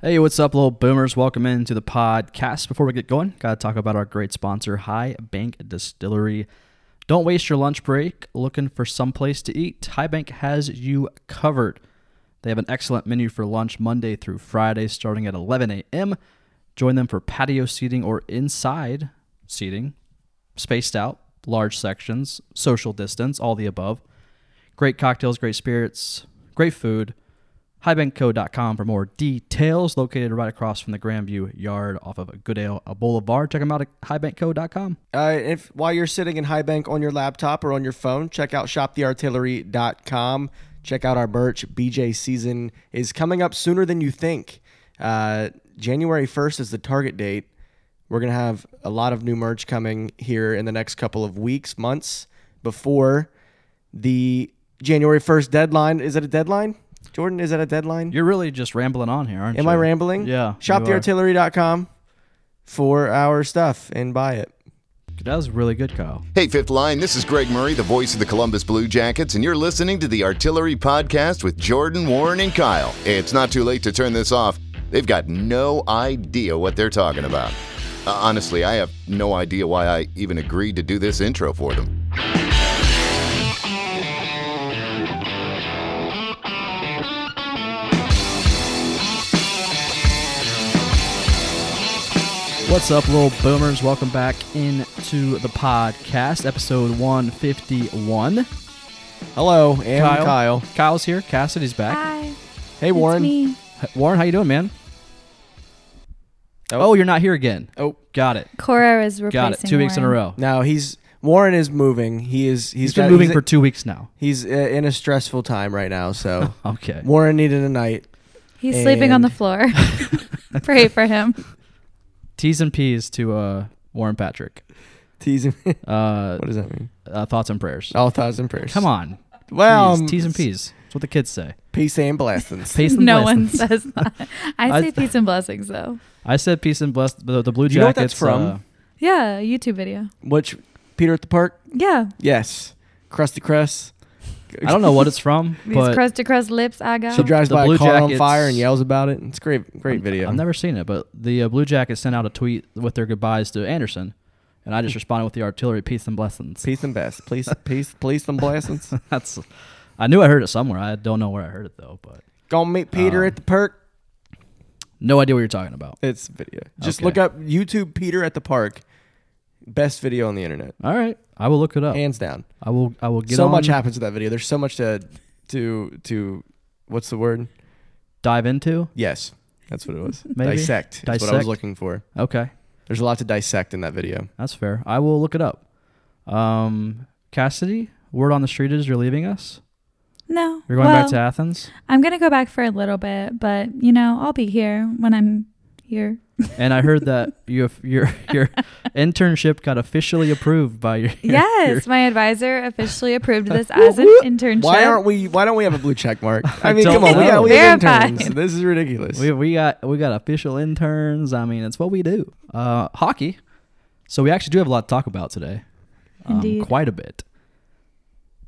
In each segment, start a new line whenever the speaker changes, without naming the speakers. Hey, what's up, little boomers? Welcome into the podcast. Before we get going, got to talk about our great sponsor, High Bank Distillery. Don't waste your lunch break looking for some place to eat. High Bank has you covered. They have an excellent menu for lunch Monday through Friday starting at 11 a.m. Join them for patio seating or inside seating, spaced out, large sections, social distance, all the above. Great cocktails, great spirits, great food. Highbankco.com for more details. Located right across from the Grandview Yard off of Goodale Boulevard. Check them out at highbankco.com.
Uh, if while you're sitting in High Bank on your laptop or on your phone, check out shoptheartillery.com. Check out our merch. BJ season is coming up sooner than you think. Uh, January 1st is the target date. We're gonna have a lot of new merch coming here in the next couple of weeks, months before the January 1st deadline. Is it a deadline? Jordan, is that a deadline?
You're really just rambling on here, aren't
Am
you?
I rambling?
Yeah, you are.
Shoptheartillery.com for our stuff and buy it.
That was really good, Kyle.
Hey, Fifth Line, this is Greg Murray, the voice of the Columbus Blue Jackets, and you're listening to the Artillery Podcast with Jordan, Warren, and Kyle. It's not too late to turn this off. They've got no idea what they're talking about. Uh, honestly, I have no idea why I even agreed to do this intro for them.
What's up, little boomers? Welcome back into the podcast, episode 151.
Hello, and Kyle.
Kyle's here. Cassidy's back.
Hi.
Hey, Warren.
It's me.
Warren, how you doing, man? Oh, you're not here again.
Oh.
Got it.
Cora is replacing.
Got it. Two weeks in a
Warren.
row.
No, he's Warren is moving. He is.
He's
He's
been
got-
moving
he's-
for two weeks now.
He's uh, in a stressful time right now, so
Okay.
Warren needed a night.
He's sleeping on the
And-
floor. Pray for him.
T's and P's to uh, Warren Patrick.
Teasing. what
Uh,
does that mean?
uh, thoughts and prayers.
All thoughts and prayers.
Come on.
Well,
Please,
Oh, um,
T's and P's. That's what the kids say.
Peace and blessings.
Peace and
no one
blessings.
says that. I
I-
say peace and blessings though.
I said peace and bless the, the Blue Jackets.
You know what that's from?
uh,
Yeah, YouTube video.
Which Peter at the park?
Yeah,
Yes. Crusty Crust.
I don't know what it's from,
these
but
crust to crust lips I got.
She drives
The
by
Blue
a car on
Jackets-
fire and yells about it. It's great. Great video.
I've never seen it. But the uh, Blue Jackets sent out a tweet with their goodbyes to Anderson, and I just responded with the artillery peace and blessings.
Peace and best. Please, peace, please, and blessings.
That's. I knew I heard it somewhere. I don't know where I heard it though, but
Go meet
Um,
Peter at the park.
no idea what you're talking about.
It's a video. Just
Okay.
look up YouTube Peter at the park. Best video on the internet,
All right, I will look it up.
hands down.
I will. I will Oh. get
so
on,
much happens with that video. There's so much to to to what's the word?
dive into.
Yes. That's what it was.
Maybe.
Dissect. Is what I was
Dissect.
looking for.
Okay,
There's a lot to dissect in that video.
that's fair. I will look it up. Um, Cassidy, word on the street is you're leaving us.
no,
You're going
well,
back to Athens,
I'm gonna go back for a little bit, but you know I'll be here when I'm here.
and I heard that you have- your your internship got officially approved by your. your-
Yes, my advisor officially approved this as an internship.
Why aren't we why don't we have a blue check mark?
I
I mean,
don't
come on, we
know.
got we have
Verified.
interns. This is ridiculous.
We, we got we got official interns. I mean, it's what we do. Uh, hockey. So we actually do have a lot to talk about today. Um,
Indeed.
quite a bit.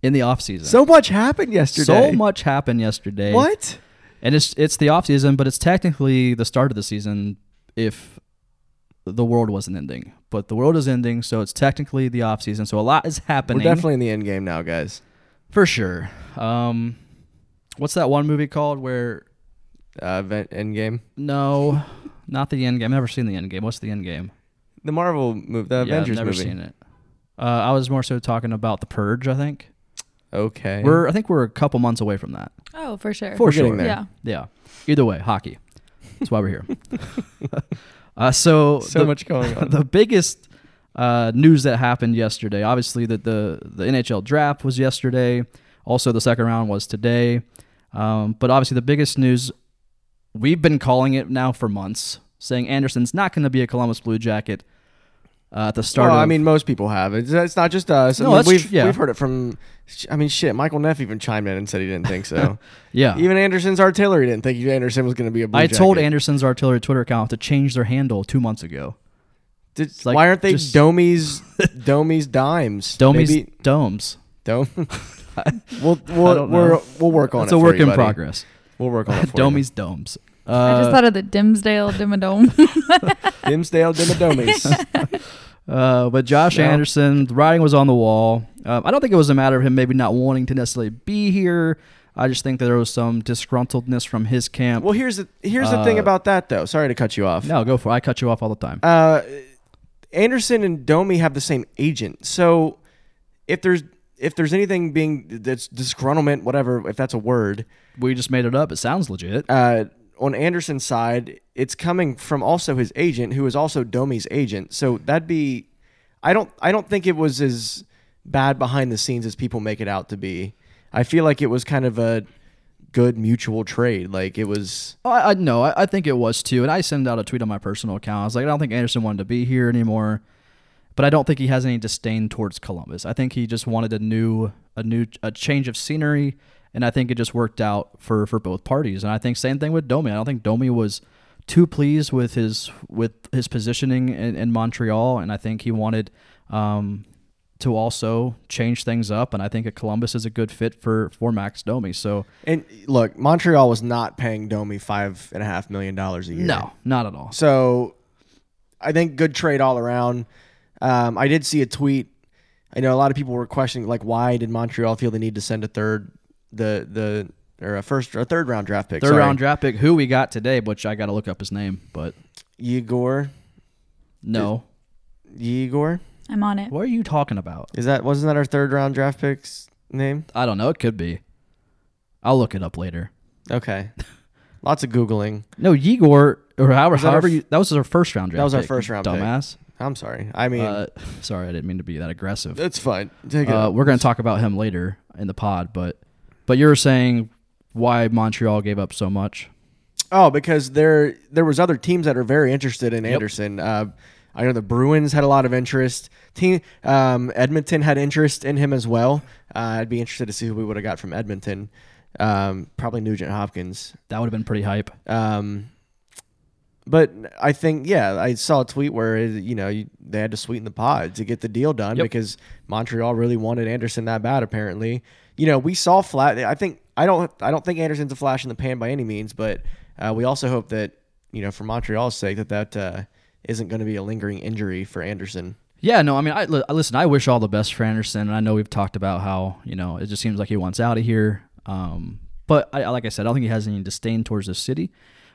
In the off season,
so much happened yesterday.
so much happened yesterday.
What?
And it's it's the off season, but it's technically the start of the season if the world wasn't ending. But the world is ending, so it's technically the off season. So a lot is happening.
We're definitely in the end game now, guys.
for sure. Um, what's that one movie called where?
Uh event end game.
No, not the end game. I've never seen the end game. What's the end game?
The Marvel movie, the
yeah,
Avengers
I've never
movie.
seen it. Uh, I was more so talking about the Purge. I think
Okay.
we're I think we're a couple months away from that.
Oh, for sure.
For
We're
sure.
getting there.
Yeah.
Yeah. Either way, hockey. That's why we're here. uh, so
so
the,
much going on.
the biggest uh, news that happened yesterday, obviously that the the NHL draft was yesterday. Also, the second round was today. Um, but obviously, the biggest news we've been calling it now for months, saying Anderson's not going to be a Columbus Blue Jacket uh, at the start.
Well,
of,
I mean, most people have. It's, it's not just us. I
No,
mean,
that's
we've
tr- yeah.
we've heard it from. sh- I mean, shit. Michael Neff even chimed in and said he didn't think so.
yeah.
even Anderson's artillery didn't think Anderson was going to be a. Blue
I told
Jacket.
Anderson's artillery Twitter account to change their handle two months ago.
Did-
like,
why aren't they
just-
Domies? Domies dimes.
Domies,
Maybe-
domes.
Dome. we'll
I
we'll
don't
we're,
know.
we'll work on
It's
it.
a
for
work
you,
in
buddy.
progress.
We'll work on it. For you.
Domies, domes.
I just thought of the Dimsdale Dimmadome.
Dimsdale Dimmadomies.
Uh, but Josh
No.
Anderson, the writing was on the wall. Um, I don't think it was a matter of him maybe not wanting to necessarily be here. I just think that there was some disgruntledness from his camp.
well, here's the here's the thing
Uh,
about that though. Sorry to cut you off.
no, go for it. I cut you off all the time.
Uh, Anderson and Domi have the same agent, so if there's if there's anything being that's disgruntlement, whatever, if that's a word,
we just made it up. It sounds legit.
uh, on Anderson's side, it's coming from also his agent, who is also Domi's agent. So that'd be, I don't, I don't think it was as bad behind the scenes as people make it out to be. I feel like it was kind of a good mutual trade. Like it was,
Oh, I, I no, I, I think it was too. And I sent out a tweet on my personal account. I was like, I don't think Anderson wanted to be here anymore, but I don't think he has any disdain towards Columbus. I think he just wanted a new, a new, a change of scenery, and I think it just worked out for for both parties. And I think same thing with Domi. I don't think Domi was too pleased with his with his positioning in, in Montreal, and I think he wanted. Um, to also change things up, and I think a Columbus is a good fit for for Max Domi. So
and look, Montreal was not paying Domi five and a half million dollars a year.
no, not at all.
So I think good trade all around. Um, I did see a tweet. I know a lot of people were questioning like why did Montreal feel the need to send a third the the or a first or a third round draft pick.
third
sorry.
round draft pick who we got today, which I got to look up his name, but
Igor
no.
Igor.
I'm on it.
What are you talking about?
Is that wasn't that our third round draft pick's name?
I don't know. It could be. I'll look it up later.
Okay. Lots of googling.
No, Yegor or however,
that our
however
f-
you, that was our first round draft.
was our
pick,
first
you
round pick.
dumbass.
I'm sorry. I mean,
Uh, sorry, I didn't mean to be that aggressive.
it's fine. Take it.
Uh,
up.
we're going to talk about him later in the pod, but but you were saying why Montreal gave up so much.
Oh, because there there was other teams that are very interested in Anderson. Uh, I know the Bruins had a lot of interest. Team um, Edmonton had interest in him as well. Uh, I'd be interested to see who we would have got from Edmonton. Um, probably Nugent Hopkins.
That would have been pretty hype.
Um, but I think yeah, I saw a tweet where you know you, they had to sweeten the pod to get the deal done
Yep.
because Montreal really wanted Anderson that bad. Apparently, you know we saw flat. I think I don't I don't think Anderson's a flash in the pan by any means, but uh, we also hope that you know for Montreal's sake that that uh, isn't going to be a lingering injury for Anderson.
Yeah, no, I mean, I li- listen. I wish all the best for Anderson, and I know we've talked about how you know it just seems like he wants out of here. Um, but I, like I said, I don't think he has any disdain towards this city.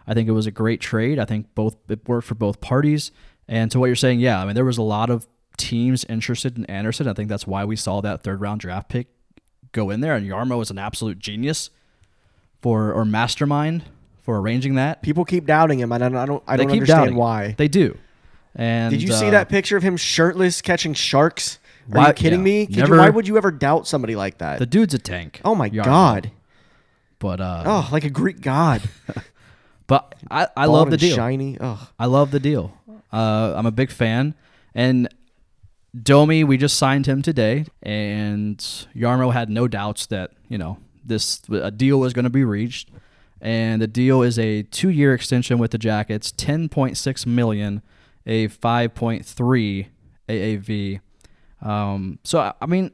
I think it was a great trade. I think both it worked for both parties. And to what you're saying, yeah, I mean, there was a lot of teams interested in Anderson. I think that's why we saw that third round draft pick go in there. And Yarmo is an absolute genius for or mastermind for arranging that.
People keep doubting him, and I don't I don't, I
They
don't
keep
understand
doubting him.
why.
they do. And
Did you see
uh,
that picture of him shirtless catching sharks? Are
Why-
you kidding
yeah.
me? Could you-
Never-
why would you ever doubt somebody like that?
The dude's a tank.
oh my
Jarmo.
god.
But uh,
Oh, like a Greek god.
But I, I
Bald
love the
and
deal.
Shiny. Oh,
I love the deal. Uh, I'm a big fan. And Domi, we just signed him today, and Yarmo had no doubts that you know this a deal was going to be reached. And the deal is a two-year extension with the Jackets, 10.6 million, a 5.3 AAV. Um, so I- I mean,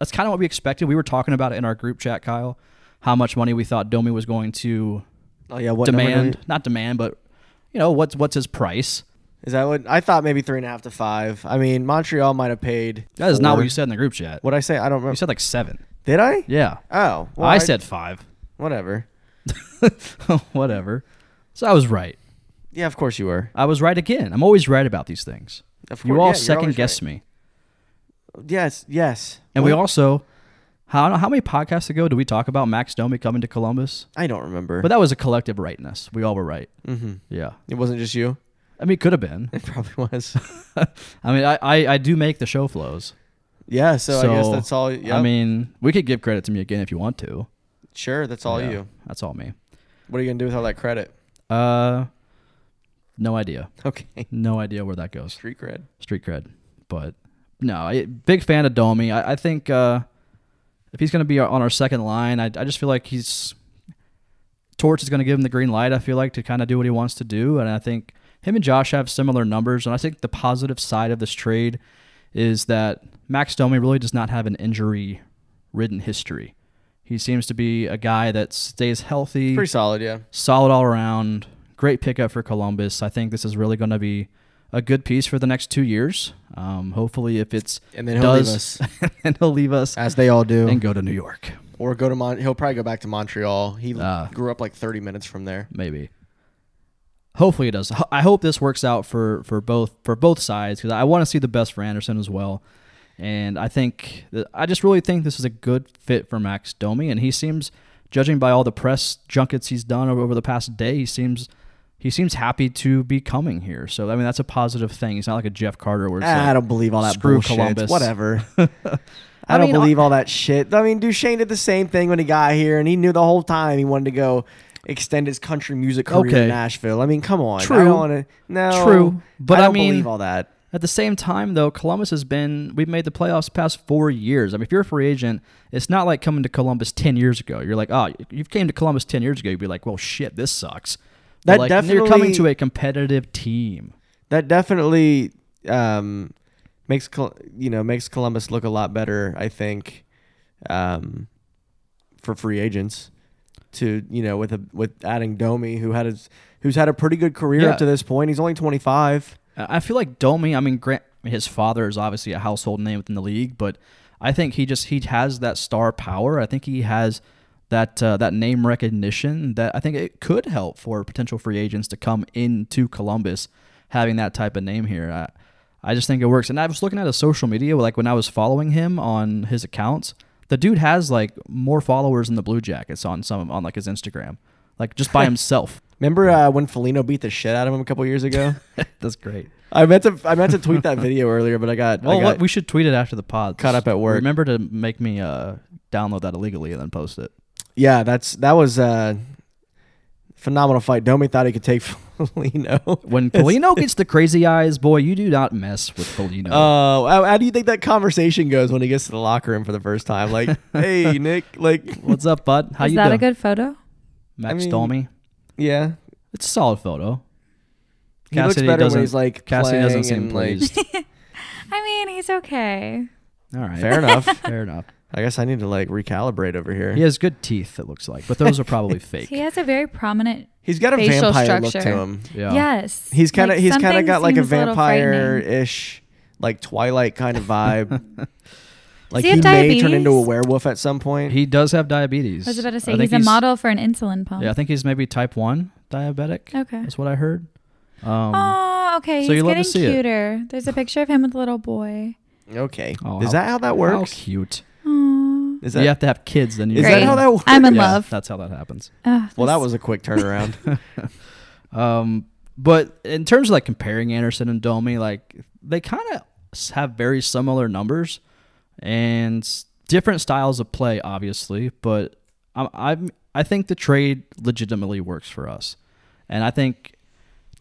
that's kind of what we expected. We were talking about it in our group chat, Kyle, how much money we thought Domi was going to
oh yeah. What number
demand,
did
not demand, but you know what's what's his price?
we- Is that what I thought? Maybe three and a half to five. I mean, Montreal might have paid.
That is not what
four.
you said in the group chat.
What'd I say? I don't
You
remember.
said like seven.
Did I?
Yeah,
Oh, well,
I said five.
whatever.
Whatever. So I was right.
Yeah, of course you were.
I was right again. I'm always right about these things.
Of
You
course- yeah,
all
you're
second
always
guessed
right.
me,
Yes, yes.
and we
What?
also how how many podcasts ago did we talk about Max Domi coming to Columbus?
I don't remember.
But that was a collective rightness. We all were right. Mm-hmm. Yeah.
it wasn't just you.
I mean, it could have been.
It probably was.
I mean, I, I, I do make the show flows.
yeah. So,
so
I guess that's all. Yeah.
I mean, we could give credit to me again if you want to.
sure. That's all
Yeah,
you.
That's all me.
What are you gonna do with all that credit?
Uh, no idea.
Okay.
No idea where that goes.
Street cred.
Street cred, but no. I, big fan of Domi. I, I think uh, if he's going to be on our second line, I, I just feel like he's Torch is going to give him the green light. I feel like to kind of do what he wants to do, and I think him and Josh have similar numbers. And I think the positive side of this trade is that Max Domi really does not have an injury-ridden history. He seems to be a guy that stays healthy
Pretty solid. Yeah.
solid all around. great pickup for Columbus. I think this is really going to be a good piece for the next two years. Um, hopefully, if it's
And then he'll leave
does- and he'll leave us
as they all do.
and go to New York,
or go to Mon. He'll probably go back to Montreal. He
Ah.
grew up like 30 minutes from there.
maybe. Hopefully, it does. Ho- I hope this works out for for both for both sides because I want to see the best for Anderson as well. And I think that- I just really think this is a good fit for Max Domi, and he seems, judging by all the press junkets he's done over, over the past day, he seems he seems happy to be coming here. So I mean, that's a positive thing. He's not like a Jeff Carter where it's
Ah,
like,
I don't believe all that
screw
bullshit.
Columbus.
Whatever. I, don't
mean,
believe all that shit. I mean, Duchesne did the same thing when he got here, and he knew the whole time he wanted to go extend his country music career
Okay.
in Nashville. I mean, come on. I
True.
don't want to. No.
True. But
I
I
don't
mean-
believe all that.
At the same time, though, Columbus has been, we've made the playoffs the past four years. I mean, if you're a free agent, it's not like coming to Columbus 10 years ago. You're like, oh, you came to Columbus 10 years ago, you'd be like, well, shit, this sucks. But,
That
like, You're coming
definitely-
to a competitive team.
That definitely um, makes Col- you know makes Columbus look a lot better. I think um, for free agents to you know with a with adding Domi who had his who's had a pretty good career
Yeah.
up to this point. He's only 25.
I I feel like Domi, I mean, Grant, his father is obviously a household name within the league, but I think he just, he has that star power. I think he has that, uh, that name recognition that I think it could help for potential free agents to come into Columbus having that type of name here. I, I just think it works. And I was looking at his social media, like when I was following him on his accounts, the dude has like more followers than the Blue Jackets on some, on like his Instagram, like just by himself.
Remember uh, when Felino beat the shit out of him a couple years ago?
That's great.
I meant to I meant to tweet that video earlier, but I got
Well,
I
what,
got,
we should tweet it after the pod.
Caught up at work.
Remember to make me uh, download that illegally and then post it.
yeah. That's that was a phenomenal fight. Domi thought he could take Felino.
When Polino gets the crazy eyes, boy, you do not mess with Polino.
Oh, how, how do you think that conversation goes when he gets to the locker room for the first time? Like, hey, Nick, like,
What's up, bud? How
Is
you
that
doing?
a good photo?
Max
I mean,
Domi.
yeah.
It's a solid photo.
He looks better when he's like
Cassidy doesn't
playing
seem
and, like-
pleased.
I mean, he's okay.
All right,
Fair enough.
fair enough.
I guess I need to like recalibrate over here.
He has good teeth. It looks like, but those are probably fake.
He has a very prominent.
He's got a
Facial
vampire look
structure.
to him.
yeah.
Yes.
He's kind of
Like,
he's kind
something
of got like a
seems little
vampire
frightening.
ish, like Twilight kind of vibe. like
he
he,
have
may turn into a
diabetes?
werewolf at some point.
He does have diabetes.
I was about to say
think
he's a model for an insulin pump.
Yeah, I think he's maybe type one diabetic.
Okay.
That's what I heard. Um,
Oh, okay.
So
he's
you love to
getting
see it.
cuter. There's a picture of him with a little boy.
okay,
Oh,
is
how-
that how that
how
works?
cute.
Aw.
Is that
you have to have kids, then you.
is that
Great.
how that works?
I'm in
Yeah,
love.
That's how that happens.
Ugh,
well, that
this-
was a quick turnaround.
Um, but in terms of like comparing Anderson and Domi, like they kind of have very similar numbers and s- different styles of play, obviously. But I'm, I'm I think the trade legitimately works for us, and I think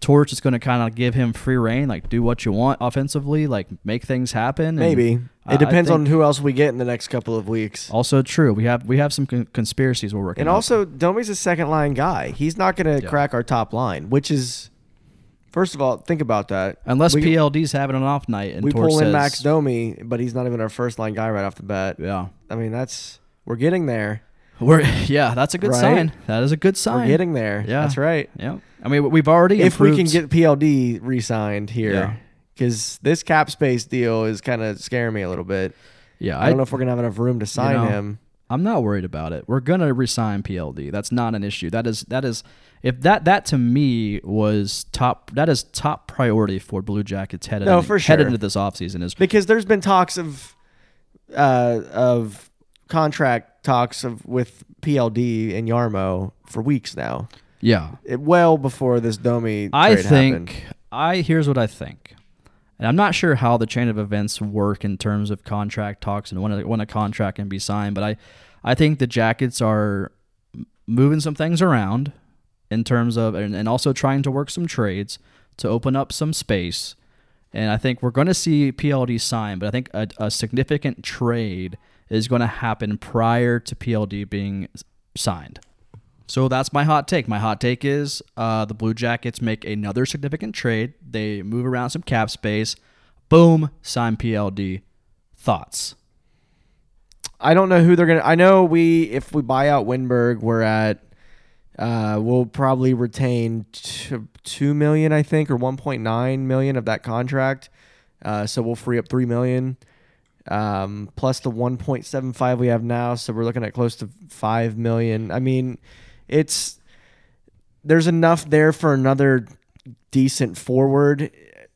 Torch is going to kind of give him free reign, like do what you want offensively, like make things happen. and
Maybe it
I- I
depends on
think-
who else we get in the next couple of weeks.
Also true. We have we have some con- conspiracies we're working.
And
on.
also, Domi's a second line guy. He's not going to
Yeah.
crack our top line, which is, first of all, think about that.
unless
we,
PLD's having an off night and
we
Torch
pull in
says-
Max Domi, but he's not even our first line guy right off the bat.
Yeah.
I mean, that's we're getting there.
We're yeah, that's a good
Right?
sign. That is a good sign.
We're getting there.
Yeah.
that's right.
Yeah, I mean we've already
If we can
improved-
get PLD re-signed
Yeah.
here, because this cap space deal is kind of scaring me a little bit.
yeah, I,
I, don't know if we're gonna have enough room to sign
know,
him.
I'm not worried about it. We're gonna resign PLD. That's not an issue. That is that is if that that to me was top that is top priority for Blue Jackets headed
No,
in-
for
headed
sure.
into this offseason is
because there's been talks of uh, of contract talks of with PLD and Yarmo for weeks now.
yeah.
It, well before this Domi
I
trade
think
happened.
I here's what I think. And I'm not sure how the chain of events work in terms of contract talks and when a, when a contract can be signed, but I I think the Jackets are m- moving some things around in terms of and, and also trying to work some trades to open up some space. And I think we're going to see PLD sign, but I think a, a significant trade is going to happen prior to PLD being s- signed. So that's my hot take. My hot take is uh, the Blue Jackets make another significant trade. They move around some cap space. Boom, sign PLD. Thoughts?
I don't know who they're gonna. I know we if we buy out Winberg, we're at uh, will probably retain t- two million, I think, or one point nine million of that contract. Uh, so we'll free up three million, um, plus the one point seven five we have now. So we're looking at close to five million. I mean, it's there's enough there for another decent forward.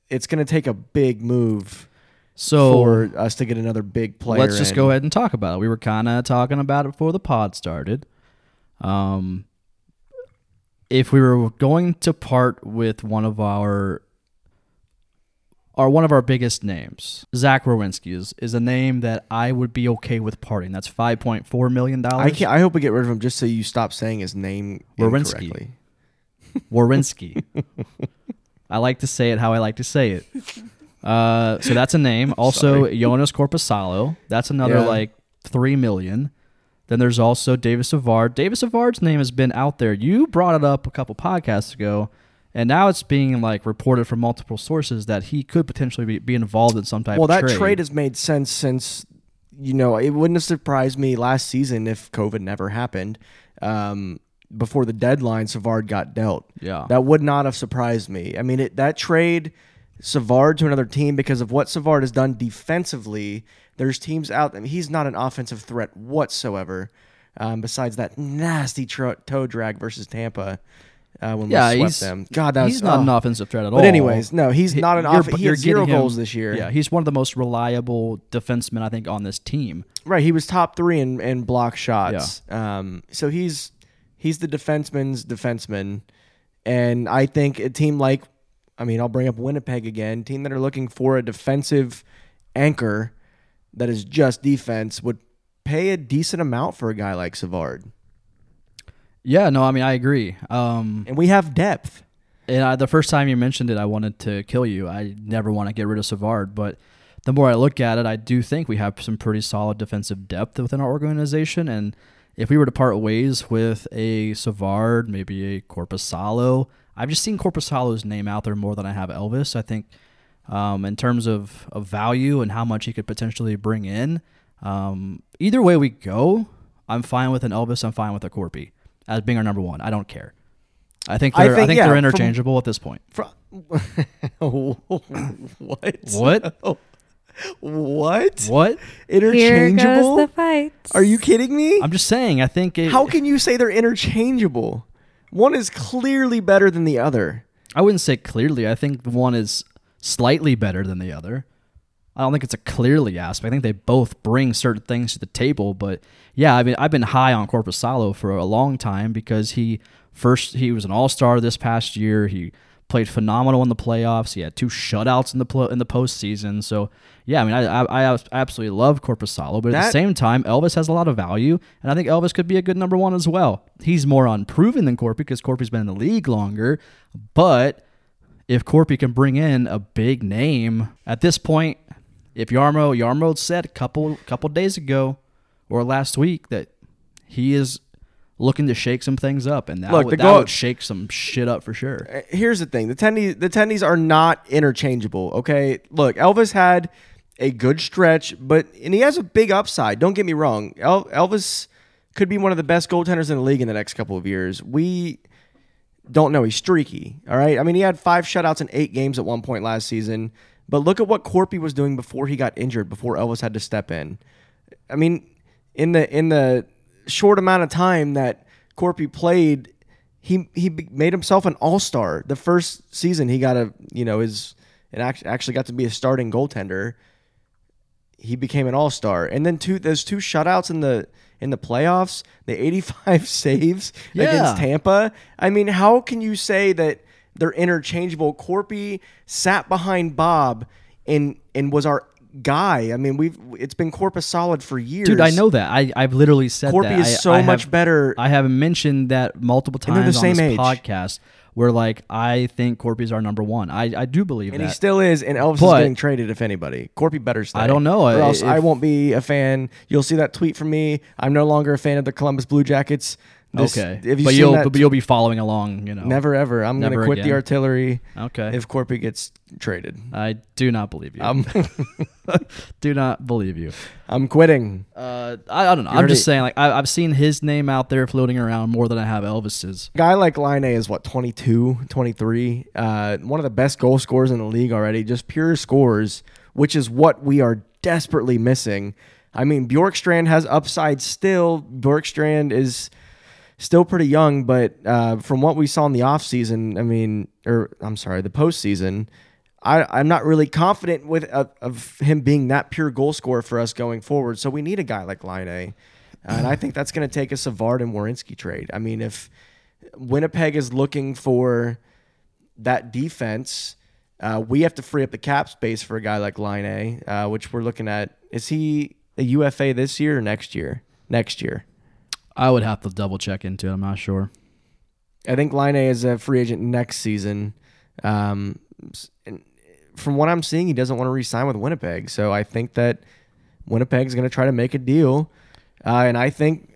It's going to take a big move
So
for us to get another big player.
Oh. Let's just
in.
go ahead and talk about it. We were kind of talking about it before the pod started. Um, if we were going to part with one of our our one of our biggest names, Zach Rowinski is is a name that I would be okay with parting. That's five point four million
I
dollars.
can't, I hope we get rid of him just so you stop saying his name
Wawrinski.
incorrectly.
Wawrinski. I like to say it how I like to say it. Uh, so that's a name. Also, Jonas Corposalo. That's another
Yeah.
like three million. Then there's also Davis Savard. Davis Savard's name has been out there. You brought it up a couple podcasts ago, and now it's being like reported from multiple sources that he could potentially be, be involved in some type.
Well,
of
that
trade.
trade. has made sense since you know it wouldn't have surprised me last season if COVID never happened. Um, before the deadline, Savard got dealt.
Yeah.
that would not have surprised me. I mean, it, that trade Savard to another team because of what Savard has done defensively. There's teams out. I mean, he's not an offensive threat whatsoever. Um, besides that nasty tro- toe drag versus Tampa. Uh, when
yeah,
we swept
he's
them. God, that was,
he's not
oh.
an offensive threat at all.
But anyways, no, he's
He-
not an
you're-
off. He
you're
had zero
getting him-
goals this year.
Yeah, he's one of the most reliable defensemen I think on this team.
Right, he was top three in, in block shots. Um, so he's he's the defenseman's defenseman, and I think a team like, I mean, I'll bring up Winnipeg again, team that are looking for a defensive anchor that is just defense would pay a decent amount for a guy like Savard,
Yeah, no, I mean I agree. Um,
and we have depth.
and I, the first time you mentioned it, I wanted to kill you. I never want to get rid of Savard, but the more I look at it, I do think we have some pretty solid defensive depth within our organization. And if we were to part ways with a Savard, maybe a Corpusalo, I've just seen Corpusalo's name out there more than I have Elvis. I think um, in terms of, of value and how much he could potentially bring in, um, either way we go, I'm fine with an Elvis. I'm fine with a Corpy as being our number one. I don't care. I think
I
they're I think,
think, yeah,
they're
from-
interchangeable at this point.
From what?
What?
What?
what?
Here
Interchangeable?
goes the fights.
Are you kidding me?
I'm just saying. I think it,
How can you say they're interchangeable? One is clearly better than the other.
I wouldn't say clearly. I think one is slightly better than the other. I don't think it's a clearly aspect. I think they both bring certain things to the table, but yeah, I mean, I've been high on Corpusalo for a long time because he first he was an All Star this past year. He played phenomenal in the playoffs. He had two shutouts in the pl- in the postseason. So yeah, I mean, I I, I absolutely love Corpusalo, but at the
That-
same time, Elvis has a lot of value, and I think Elvis could be a good number one as well. He's more unproven than Corpy because Corpy's been in the league longer, but if Corpy can bring in a big name at this point, if Yarmo Yarmo said a couple couple days ago or last week that he is looking to shake some things up, and that,
Look, the
would, that
goal-
would shake some shit up for sure.
Uh, Here's the thing: the tendies, the tendies are not interchangeable. Okay, look, Elvis had a good stretch, but and he has a big upside. Don't get me wrong, El- Elvis could be one of the best goaltenders in the league in the next couple of years. We don't know he's streaky. All right, I mean he had five shutouts in eight games at one point last season. But look at what Corpy was doing before he got injured, before Elvis had to step in. I mean, in the in the short amount of time that Corpy played, he he be- made himself an all star. The first season he got a you know his and act- actually got to be a starting goaltender. He became an all star, and then two those two shutouts in the in the playoffs, the eighty five saves
Yeah.
against Tampa. I mean, how can you say that they're interchangeable? Corpy sat behind Bob and and was our guy. I mean, we've it's been Corpus solid for years.
Dude, I know that. I, I've literally said
Corpy
that.
is
I-
so
I
much
have-
better.
I have mentioned that multiple
And they're the
times on this
same age.
podcast where like I think Corpy's our number one. I, I do believe
and
that.
he still is, and Elvis
But-
is getting traded, if anybody. Corpy better stay.
I don't know,
Or else
if-
I won't be a fan. You'll see that tweet from me. I'm no longer a fan of the Columbus Blue Jackets. This-
okay.
Have you
but
seen
you'll
that?
but you'll be following along, you know.
Never ever. I'm
Never
gonna quit
again.
the artillery
Okay.
if Corpy gets traded.
I do not believe you.
I'm
do not believe you.
I'm quitting.
Uh, I, I don't know. I'm
already-
just saying, like, I, I've seen his name out there floating around more than I have Elvis's.
Guy like Line is what 22, 23. Uh, one of the best goal scorers in the league already. Just pure scores, which is what we are desperately missing. I mean, Bjorkstrand has upside still. Bjorkstrand is still pretty young, but uh, from what we saw in the offseason, I mean, or I'm sorry, the postseason, I, I'm not really confident with of, of him being that pure goal scorer for us going forward. So we need a guy like Line A. And I think that's going to take a Savard and Warinsky trade. I mean, if Winnipeg is looking for that defense, uh, we have to free up the cap space for a guy like Line A, uh, which we're looking at. Is he a UFA this year or next year? Next year.
I would have to double check into it. I'm not sure.
I think Line A is a free agent next season. Um, s- and from what I'm seeing, he doesn't want to re-sign with Winnipeg, so I think that Winnipeg's going to try to make a deal, uh, and I think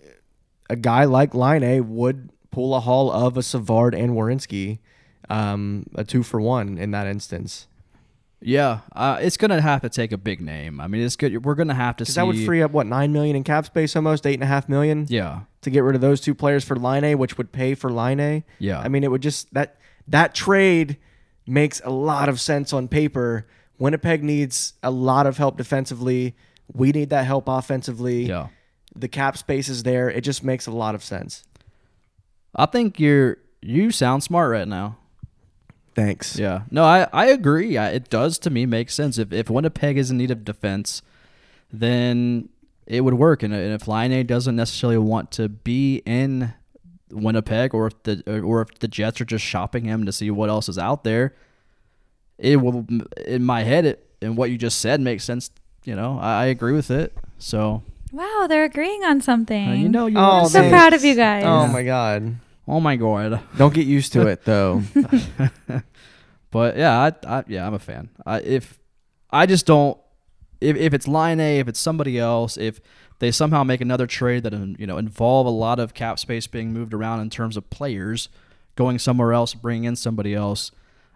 a guy like Line A would pull a haul of a Savard and Warinsky, um, a two for one in that instance.
Yeah, uh, it's gonna have to take a big name. I mean, it's good. We're gonna have to see.
Because that would free up what nine million in cap space, almost eight and a half million.
Yeah,
to get rid of those two players for Line A, which would pay for Line A.
Yeah.
I mean, it would just that that trade makes a lot of sense on paper. Winnipeg needs a lot of help defensively. We need that help offensively.
yeah.
The cap space is there. It just makes a lot of sense.
I think you're you sound smart right now.
Thanks.
Yeah. No, I, I agree. I, it does to me make sense. If, if Winnipeg is in need of defense, then it would work. And, and if Line A doesn't necessarily want to be in Winnipeg or if the or if the Jets are just shopping him to see what else is out there, it will in my head it and what you just said makes sense. You know, I, I agree with it. So
Wow, they're agreeing on something.
uh, you know you
Oh,
I'm so
thanks.
proud of you guys.
Oh my god.
oh my god.
Don't get used to it though.
But yeah, I, I yeah, I'm a fan. I, if I just don't, if, if it's line A, if it's somebody else, if they somehow make another trade that um, you know involve a lot of cap space being moved around in terms of players going somewhere else, bringing in somebody else.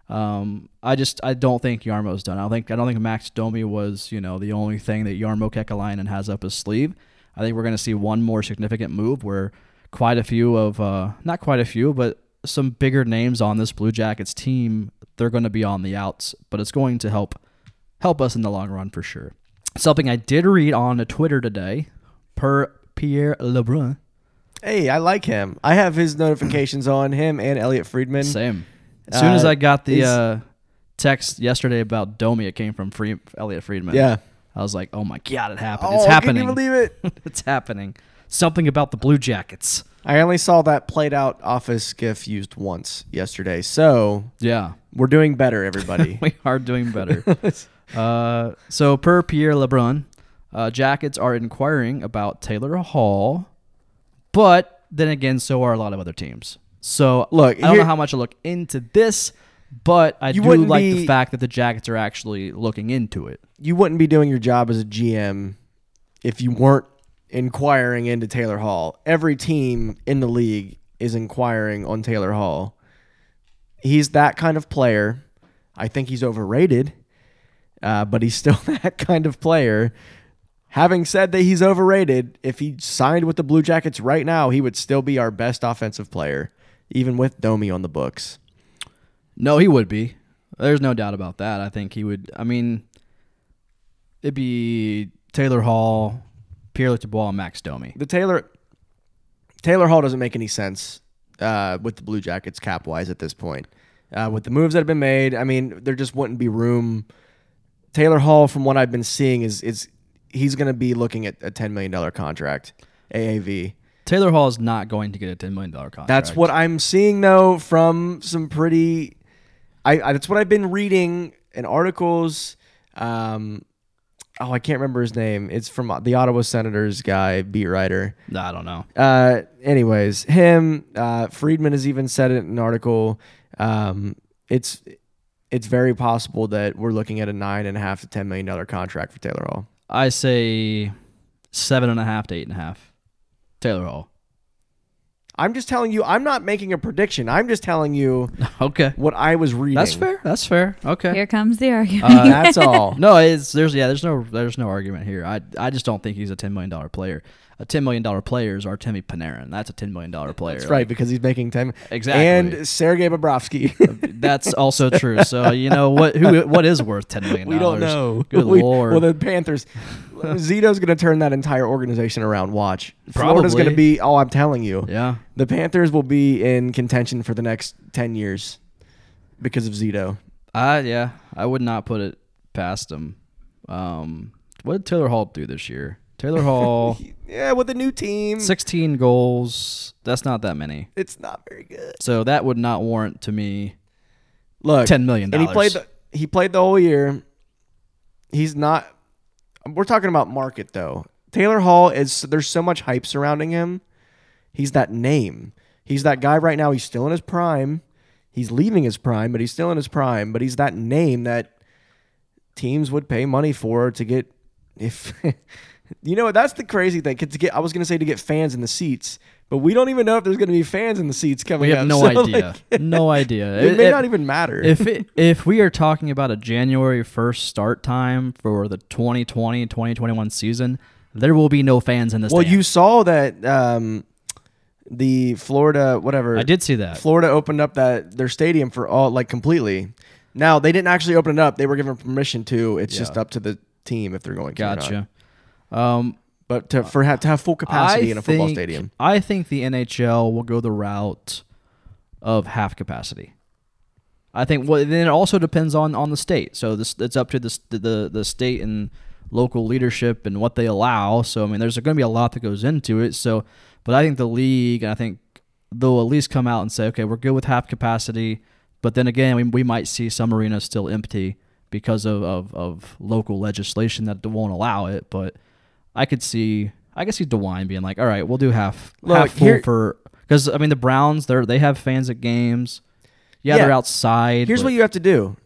Um, I just I don't think Yarmo's done. I don't think I don't think Max Domi was you know the only thing that Yarmo Kekalainen has up his sleeve. I think we're going to see one more significant move where quite a few of uh, not quite a few, but some bigger names on this Blue Jackets team. They're going to be on the outs, but it's going to help help us in the long run for sure. Something I did read on Twitter today, per Pierre Lebrun.
hey, I like him. I have his notifications on him and Elliot Friedman.
Same. As soon as
Uh,
I got the
he's-
uh, text yesterday about Domi, it came from Free- Elliot Friedman.
Yeah.
I was like, oh my god, it happened!
Oh,
it's happening!
Can you believe it?
it's happening! Something about the Blue Jackets.
I only saw that played out office gif used once yesterday. So
Yeah,
we're doing better, everybody.
we are doing better. uh, so, per Pierre Lebrun, uh, Jackets are inquiring about Taylor Hall, but then again, so are a lot of other teams. So,
Look,
I don't
here-
know how much I look into this, but I do
wouldn't
like the
be-
fact that the Jackets are actually looking into it.
you wouldn't be doing your job as a GM if you weren't inquiring into Taylor Hall. Every team in the league is inquiring on Taylor Hall. He's that kind of player. I think he's overrated, uh, but he's still that kind of player. Having said that he's overrated, if he signed with the Blue Jackets right now, he would still be our best offensive player, even with Domi on the books.
No, he would be. There's no doubt about that. I think he would. I mean, it'd be Taylor Hall, Pierre Dubois, and Max Domi.
the Taylor Taylor Hall doesn't make any sense uh, with the Blue Jackets cap wise at this point. Uh, with the moves that have been made, I mean, there just wouldn't be room. Taylor Hall, from what I've been seeing, is is he's going to be looking at a ten million dollar contract AAV.
Taylor Hall is not going to get a ten million dollar contract.
That's what I'm seeing though from some pretty. I, I that's what I've been reading in articles. Um, oh, I can't remember his name. It's from the Ottawa Senators guy, beat writer.
I don't know.
Uh, anyways, him, uh, Friedman has even said it in an article. Um, it's it's very possible that we're looking at a nine and a half to ten million dollar contract for Taylor Hall.
I say seven and a half to eight and a half. Taylor Hall.
I'm just telling you, I'm not making a prediction. I'm just telling you
Okay.
what I was reading.
That's fair. That's fair. Okay.
Here comes the argument.
Uh,
That's all.
no, it's there's yeah, there's no there's no argument here. I I just don't think he's a ten million dollar player. A ten million dollar player is Artemi Panarin. That's a ten million dollar player.
That's right, because he's making 10.
Exactly.
And Sergei Bobrovsky.
That's also true. So you know what who what is worth ten million
we don't know.
Good
We-
lord.
Well, the Panthers. Zito's going to turn that entire organization around. Watch. Florida's
Probably.
going to be, oh, I'm telling you.
yeah.
The Panthers will be in contention for the next 10 years because of Zito.
Uh yeah. I would not put it past him. Um what did Taylor Hall do this year? Taylor Hall
Yeah, with a new team,
sixteen goals. That's not that many.
it's not very good.
So that would not warrant to me
Look,
ten million
and
dollars.
he played. The, he played the whole year. He's not. We're talking about market though. Taylor Hall is. There's so much hype surrounding him. He's that name. He's that guy right now. He's still in his prime. He's leaving his prime, but he's still in his prime. But he's that name that teams would pay money for to get. If you know what, that's the crazy thing. 'cause To get, I was gonna say to get fans in the seats, but we don't even know if there's gonna be fans in the seats coming.
we have
up.
no
So,
idea.
like,
no idea.
it, may not even matter.
if it, if we are talking about a January 1st start time for the 2020-2021 season, there will be no fans in this.
Well, you saw that um, the Florida whatever
I did see that.
Florida opened up that their stadium for all like completely. Now they didn't actually open it up; they were given permission to. It's just up to the team if they're going. to or not.
gotcha. Um,
But to for ha- to have full capacity in a football stadium,
I think the NHL will go the route of half capacity. I think. Well, then it also depends on on the state. So this it's up to the s- the the state and local leadership and what they allow. So I mean, there's going to be a lot that goes into it. So, but I think the league, I think they'll at least come out and say, okay, we're good with half capacity. But then again, we, we might see some arenas still empty because of, of, of local legislation that won't allow it. But I could see I could see DeWine being like, all right, we'll do half
Look,
half full
here-
for because I mean the Browns they're they have fans at games. Yeah,
Yeah.
they're outside.
Here's
but-
what you have to do.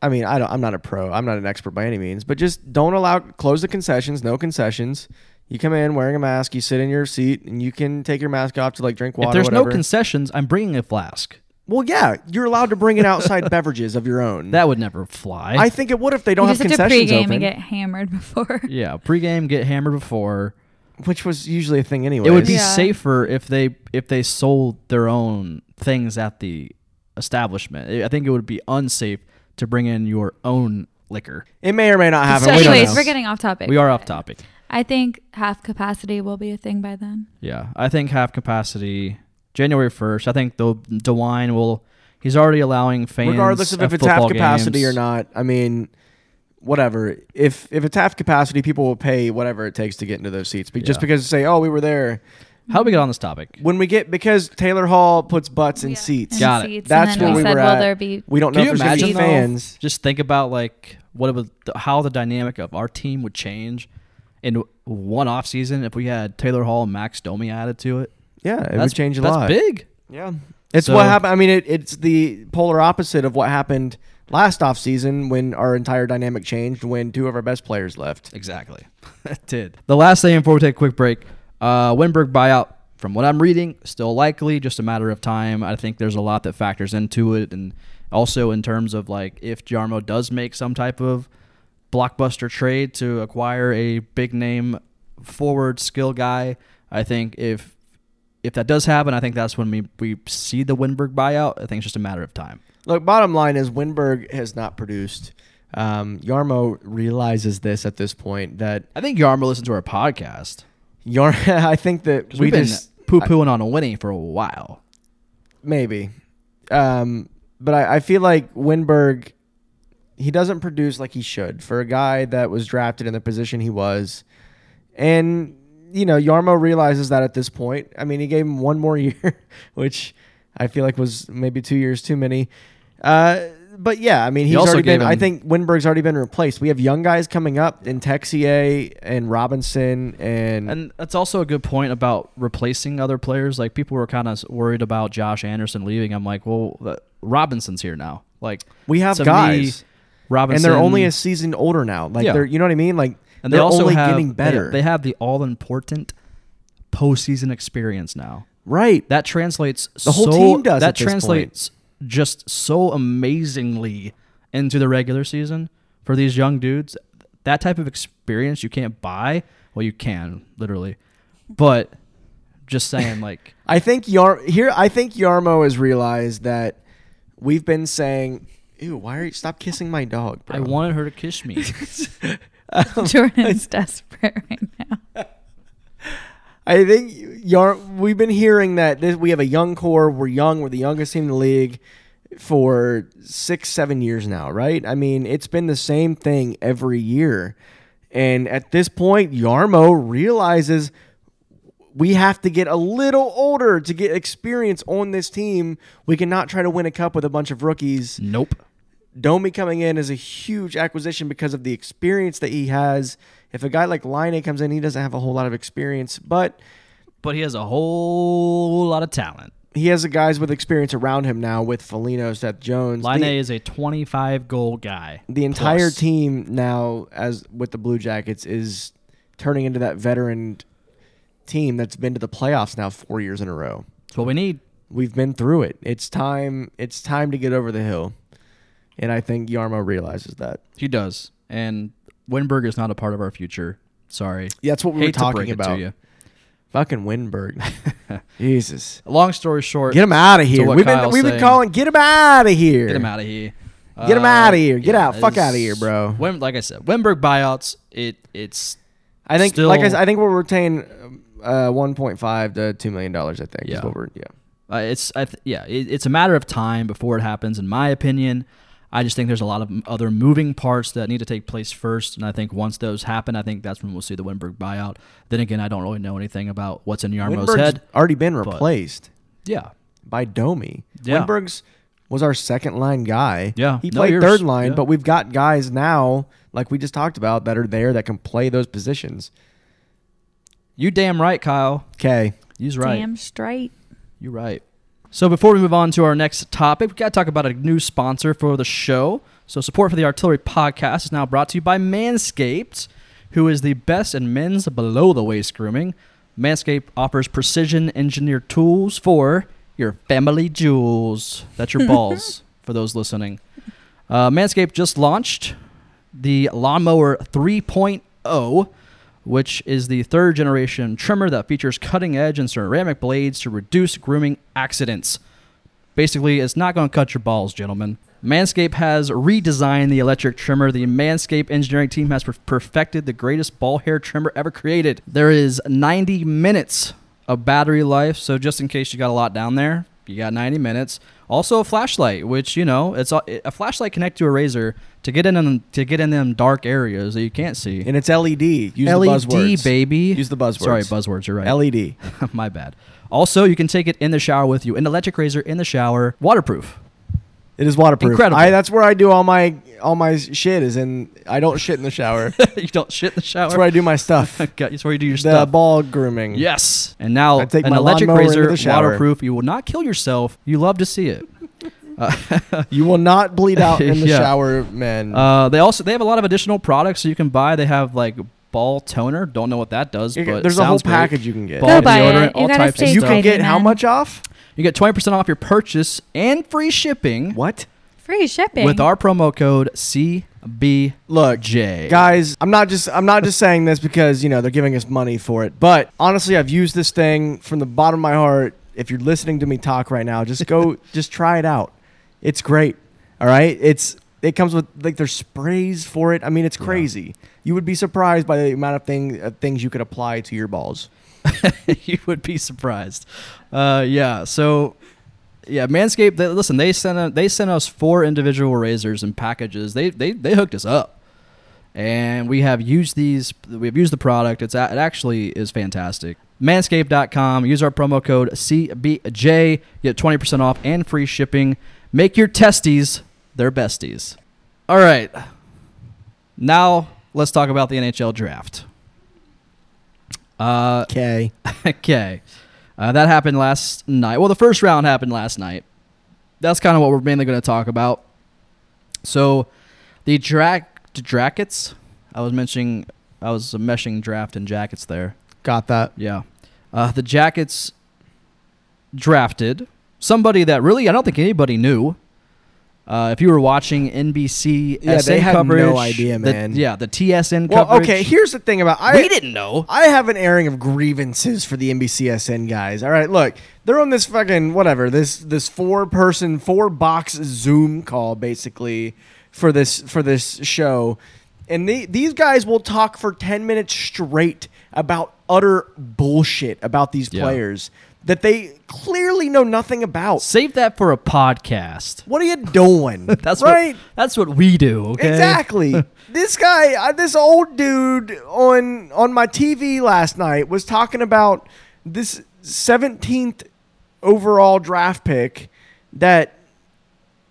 I mean, I don't, I'm not a pro. I'm not an expert by any means, but just don't allow close the concessions. No concessions. You come in wearing a mask. You sit in your seat, and you can take your mask off to like drink water.
if there's no
whatever.
concessions, I'm bringing a flask.
Well, yeah, you're allowed to bring in outside beverages of your own.
That would never fly.
I think it would if they don't
you
have
just have to
concessions
pregame
open,
and get hammered before.
yeah, pregame get hammered before.
which was usually a thing anyway.
It would be
Yeah.
safer if they if they sold their own things at the establishment. I- I think it would be unsafe to bring in your own liquor.
It may or may not happen.
So,
we don't
anyways,
know.
we're getting off topic.
We are off topic.
I think half capacity will be a thing by then.
Yeah, I think half capacity January first. I think though DeWine will. He's already allowing fans,
regardless of
at
if it's half
football
capacity
games.
or not. I mean, whatever. If if it's half capacity, people will pay whatever it takes to get into those seats. But just
Yeah.
because they say, "Oh, we were there,"
How do we get on this topic?
when we get because Taylor Hall puts butts in seats.
And
Got it.
seats,
That's
and
where
then
we
we said,
were
will
at.
there be?
We don't know
Can you
if there's gonna be
imagine though?
fans.
Just think about like what it would, how the dynamic of our team would change in one off season if we had Taylor Hall and Max Domi added to it.
Yeah, it
that's
would change a
that's
lot.
big.
Yeah. It's
So-
what happened. I mean, it, it's the polar opposite of what happened last offseason when our entire dynamic changed when two of our best players left.
Exactly. it did. The last thing before we take a quick break uh, Winberg buyout, from what I'm reading, still likely, just a matter of time. I think there's a lot that factors into it. And also in terms of like if Jarmo does make some type of blockbuster trade to acquire a big name forward skill guy, I think if. If that does happen, I think that's when we, we see the Winberg buyout. I think it's just a matter of time.
Look, bottom line is Winberg has not produced. Um, Yarmo realizes this at this point that
I think Yarmo listened to our podcast.
Yar. I think that
'cause
we
We've been
just
poo pooing on a winning for a while.
maybe, um, but I, I feel like Winberg he doesn't produce like he should for a guy that was drafted in the position he was, and you know Yarmo realizes that at this point. I mean, he gave him one more year, which I feel like was maybe two years too many. Uh, but yeah, I mean, he's
also
already been.
gave
I
him-
think Winberg's already been replaced. We have young guys coming up in Texier and Robinson and,
And that's also a good point about replacing other players. Like people were kind of worried about Josh Anderson leaving. I'm like, well, uh, Robinson's here now. Like
We have
to me,
guys.
Robinson,
and they're only a season older now. Like
Yeah.
they're, you know what I mean? Like
and they
they're
also
only
have,
getting better.
They, they have the all important postseason experience now.
Right.
That translates
The whole
so,
team does
That
at this point.
translates just so amazingly into the regular season for these young dudes. That type of experience you can't buy. Well, you can literally, but just saying, like
I think Yar here. I think Yarmo has realized that we've been saying, "Ew, why are you stop kissing my dog?" Bro.
I wanted her to kiss me.
Jordan's desperate right now.
I think Yar. We've been hearing that this, we have a young core. We're young. We're the youngest team in the league for six, seven years now, right? I mean, it's been the same thing every year, and at this point, Yarmo realizes we have to get a little older to get experience on this team. We cannot try to win a cup with a bunch of rookies.
nope.
Domi coming in is a huge acquisition because of the experience that he has. If a guy like Line comes in, he doesn't have a whole lot of experience, but
But he has a whole lot of talent.
he has the guys with experience around him now with Felino, Seth Jones.
Line
the,
is a 25 goal guy.
the entire
plus.
team now, as with the Blue Jackets, is turning into that veteran team that's been to the playoffs now four years in a row.
That's what we need.
We've been through it. It's time. It's time to get over the hill, and I think Yarmo realizes that.
He does. And Winberg is not a part of our future. Sorry.
Yeah, that's what we were
Hate to
talking
break it to
about.
you.
Fucking Winberg. Jesus.
Long story short,
Get him out of here.
what
We've been,
Kyle's
we've been
saying.
calling, get him out of here.
Get him out of here. Uh,
Get him outta here. Get out. Fuck
it's-
outta here, bro.
Wim, like I said, Wimberg buyouts. It it's
I think, like I,
Still-
said, I think we'll retain uh, 1.5 to 2 million dollars. I think is
Yeah.
what we're yeah.
uh, it's I th- yeah. It, it's a matter of time before it happens, in my opinion. I just think there's a lot of m- other moving parts that need to take place first, and I think once those happen, I think that's when we'll see the Wimberg buyout. Then again, I don't really know anything about what's in Yarmo's
Winberg's
head.
already been replaced
Yeah,
by Domi.
Yeah.
Winberg's was our second line guy.
Yeah.
he
No,
played
you're-
third line,
yeah.
but we've got guys now like we just talked about that are there that can play those positions.
you damn right, Kyle.
Okay,
He's right.
Damn straight.
You're right. So before we move on to our next topic, we got to talk about a new sponsor for the show. So support for the Artillery Podcast is now brought to you by Manscaped, who is the best in men's below the waist grooming. Manscaped offers precision engineered tools for your family jewels. That's your balls for those listening. Uh, Manscaped just launched the Lawnmower 3.0, which is the third generation trimmer that features cutting edge and ceramic blades to reduce grooming accidents. Basically, it's not going to cut your balls, gentlemen. Manscaped has redesigned the electric trimmer. The Manscaped engineering team has per- perfected the greatest ball hair trimmer ever created. There is 90 minutes of battery life, so just in case you got a lot down there, you got 90 minutes. Also, a flashlight, which you know, it's a, a flashlight connect to a razor to get in them, to get in them dark areas that you can't see.
and it's LED. Use
LED,
the buzzwords,
E baby.
Use the buzzwords.
Sorry,
E
buzzwords. You're right.
LED.
My bad. Also, you can take it in the shower with you. An electric razor in the shower, waterproof.
It is waterproof.
Incredible.
I, that's where I do all my all my shit is in. I don't shit in the shower. that's
you don't shit in the shower.
where I do my stuff.
Okay, That's where you do your
the
stuff.
ball grooming.
Yes. And now
I take
an
my
electric
lawnmower into
razor,
the shower.
waterproof. You will not kill yourself. You love to see it.
You will not bleed out in the
Yeah.
shower, man.
Uh, they also they have a lot of additional products that you can buy. They have like ball toner. Don't know what that does,
You-
but
there's a whole
sounds great.
package you can get.
Ball
Go buy
deodorant,
it. You
all
gotta
types of
stay
you
stuff.
can get how
man.
much off?
You get twenty percent off your purchase and free shipping
What?
Free shipping.
with our promo code CBJ.
Look, guys, I'm not just I'm not just saying this because you know they're giving us money for it. But honestly, I've used this thing from the bottom of my heart. If you're listening to me talk right now, just go, just try it out. It's great. All right, it's it comes with like there's sprays for it. I mean, it's crazy. You would be surprised by the amount of thing uh, things you could apply to your balls.
you would be surprised. Uh, yeah. So, yeah, Manscaped. They, listen, they sent a, they sent us four individual razors and packages. They they they hooked us up, and we have used these. We've used the product. It's a, it actually is fantastic. Manscaped.com. Use our promo code CBJ. Get twenty percent off and free shipping. Make your testes their besties. All right. Now let's talk about the NHL draft. Uh,
Okay.
okay. Uh, that happened last night. Well, the first round happened last night. That's kind of what we're mainly going to talk about. So, the drac jackets. I was mentioning, I was meshing draft and jackets there.
Got that.
Yeah, uh, the jackets drafted somebody that really I don't think anybody knew. Uh, if you were watching NBC,
Yeah,
SA
they had no
coverage,
idea,
the-
man.
yeah, the TSN
Well,
coverage.
okay. Here's the thing about I
we didn't know.
I have an airing of grievances for the NBCSN guys. All right, look, they're on this fucking whatever this this four person four box Zoom call basically for this for this show, and the, these guys will talk for ten minutes straight about utter bullshit about these
Yeah.
players that they clearly know nothing about.
Save that for a podcast.
What are you doing?
That's
right.
What, that's what we do. Okay.
Exactly. this guy, I, this old dude on on my TV last night was talking about this 17th overall draft pick that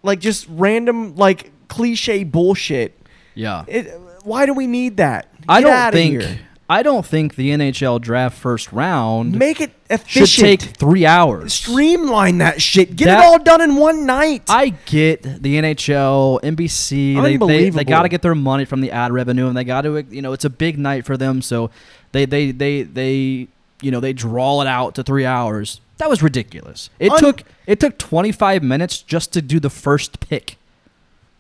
like just random like cliche bullshit.
Yeah.
It, why do we need that?
I
Get
don't
outta
think
here.
I don't think the NHL draft first round
make it
should
efficient.
take three hours.
Streamline that shit. Get
That-
it all done in one night.
I get the NHL, NBC. They they, they
Unbelievable.
got to get their money from the ad revenue, and they got to you know it's a big night for them. So they they they they you know they draw it out to three hours. That was ridiculous. It
Un-
took it took twenty five minutes just to do the first pick.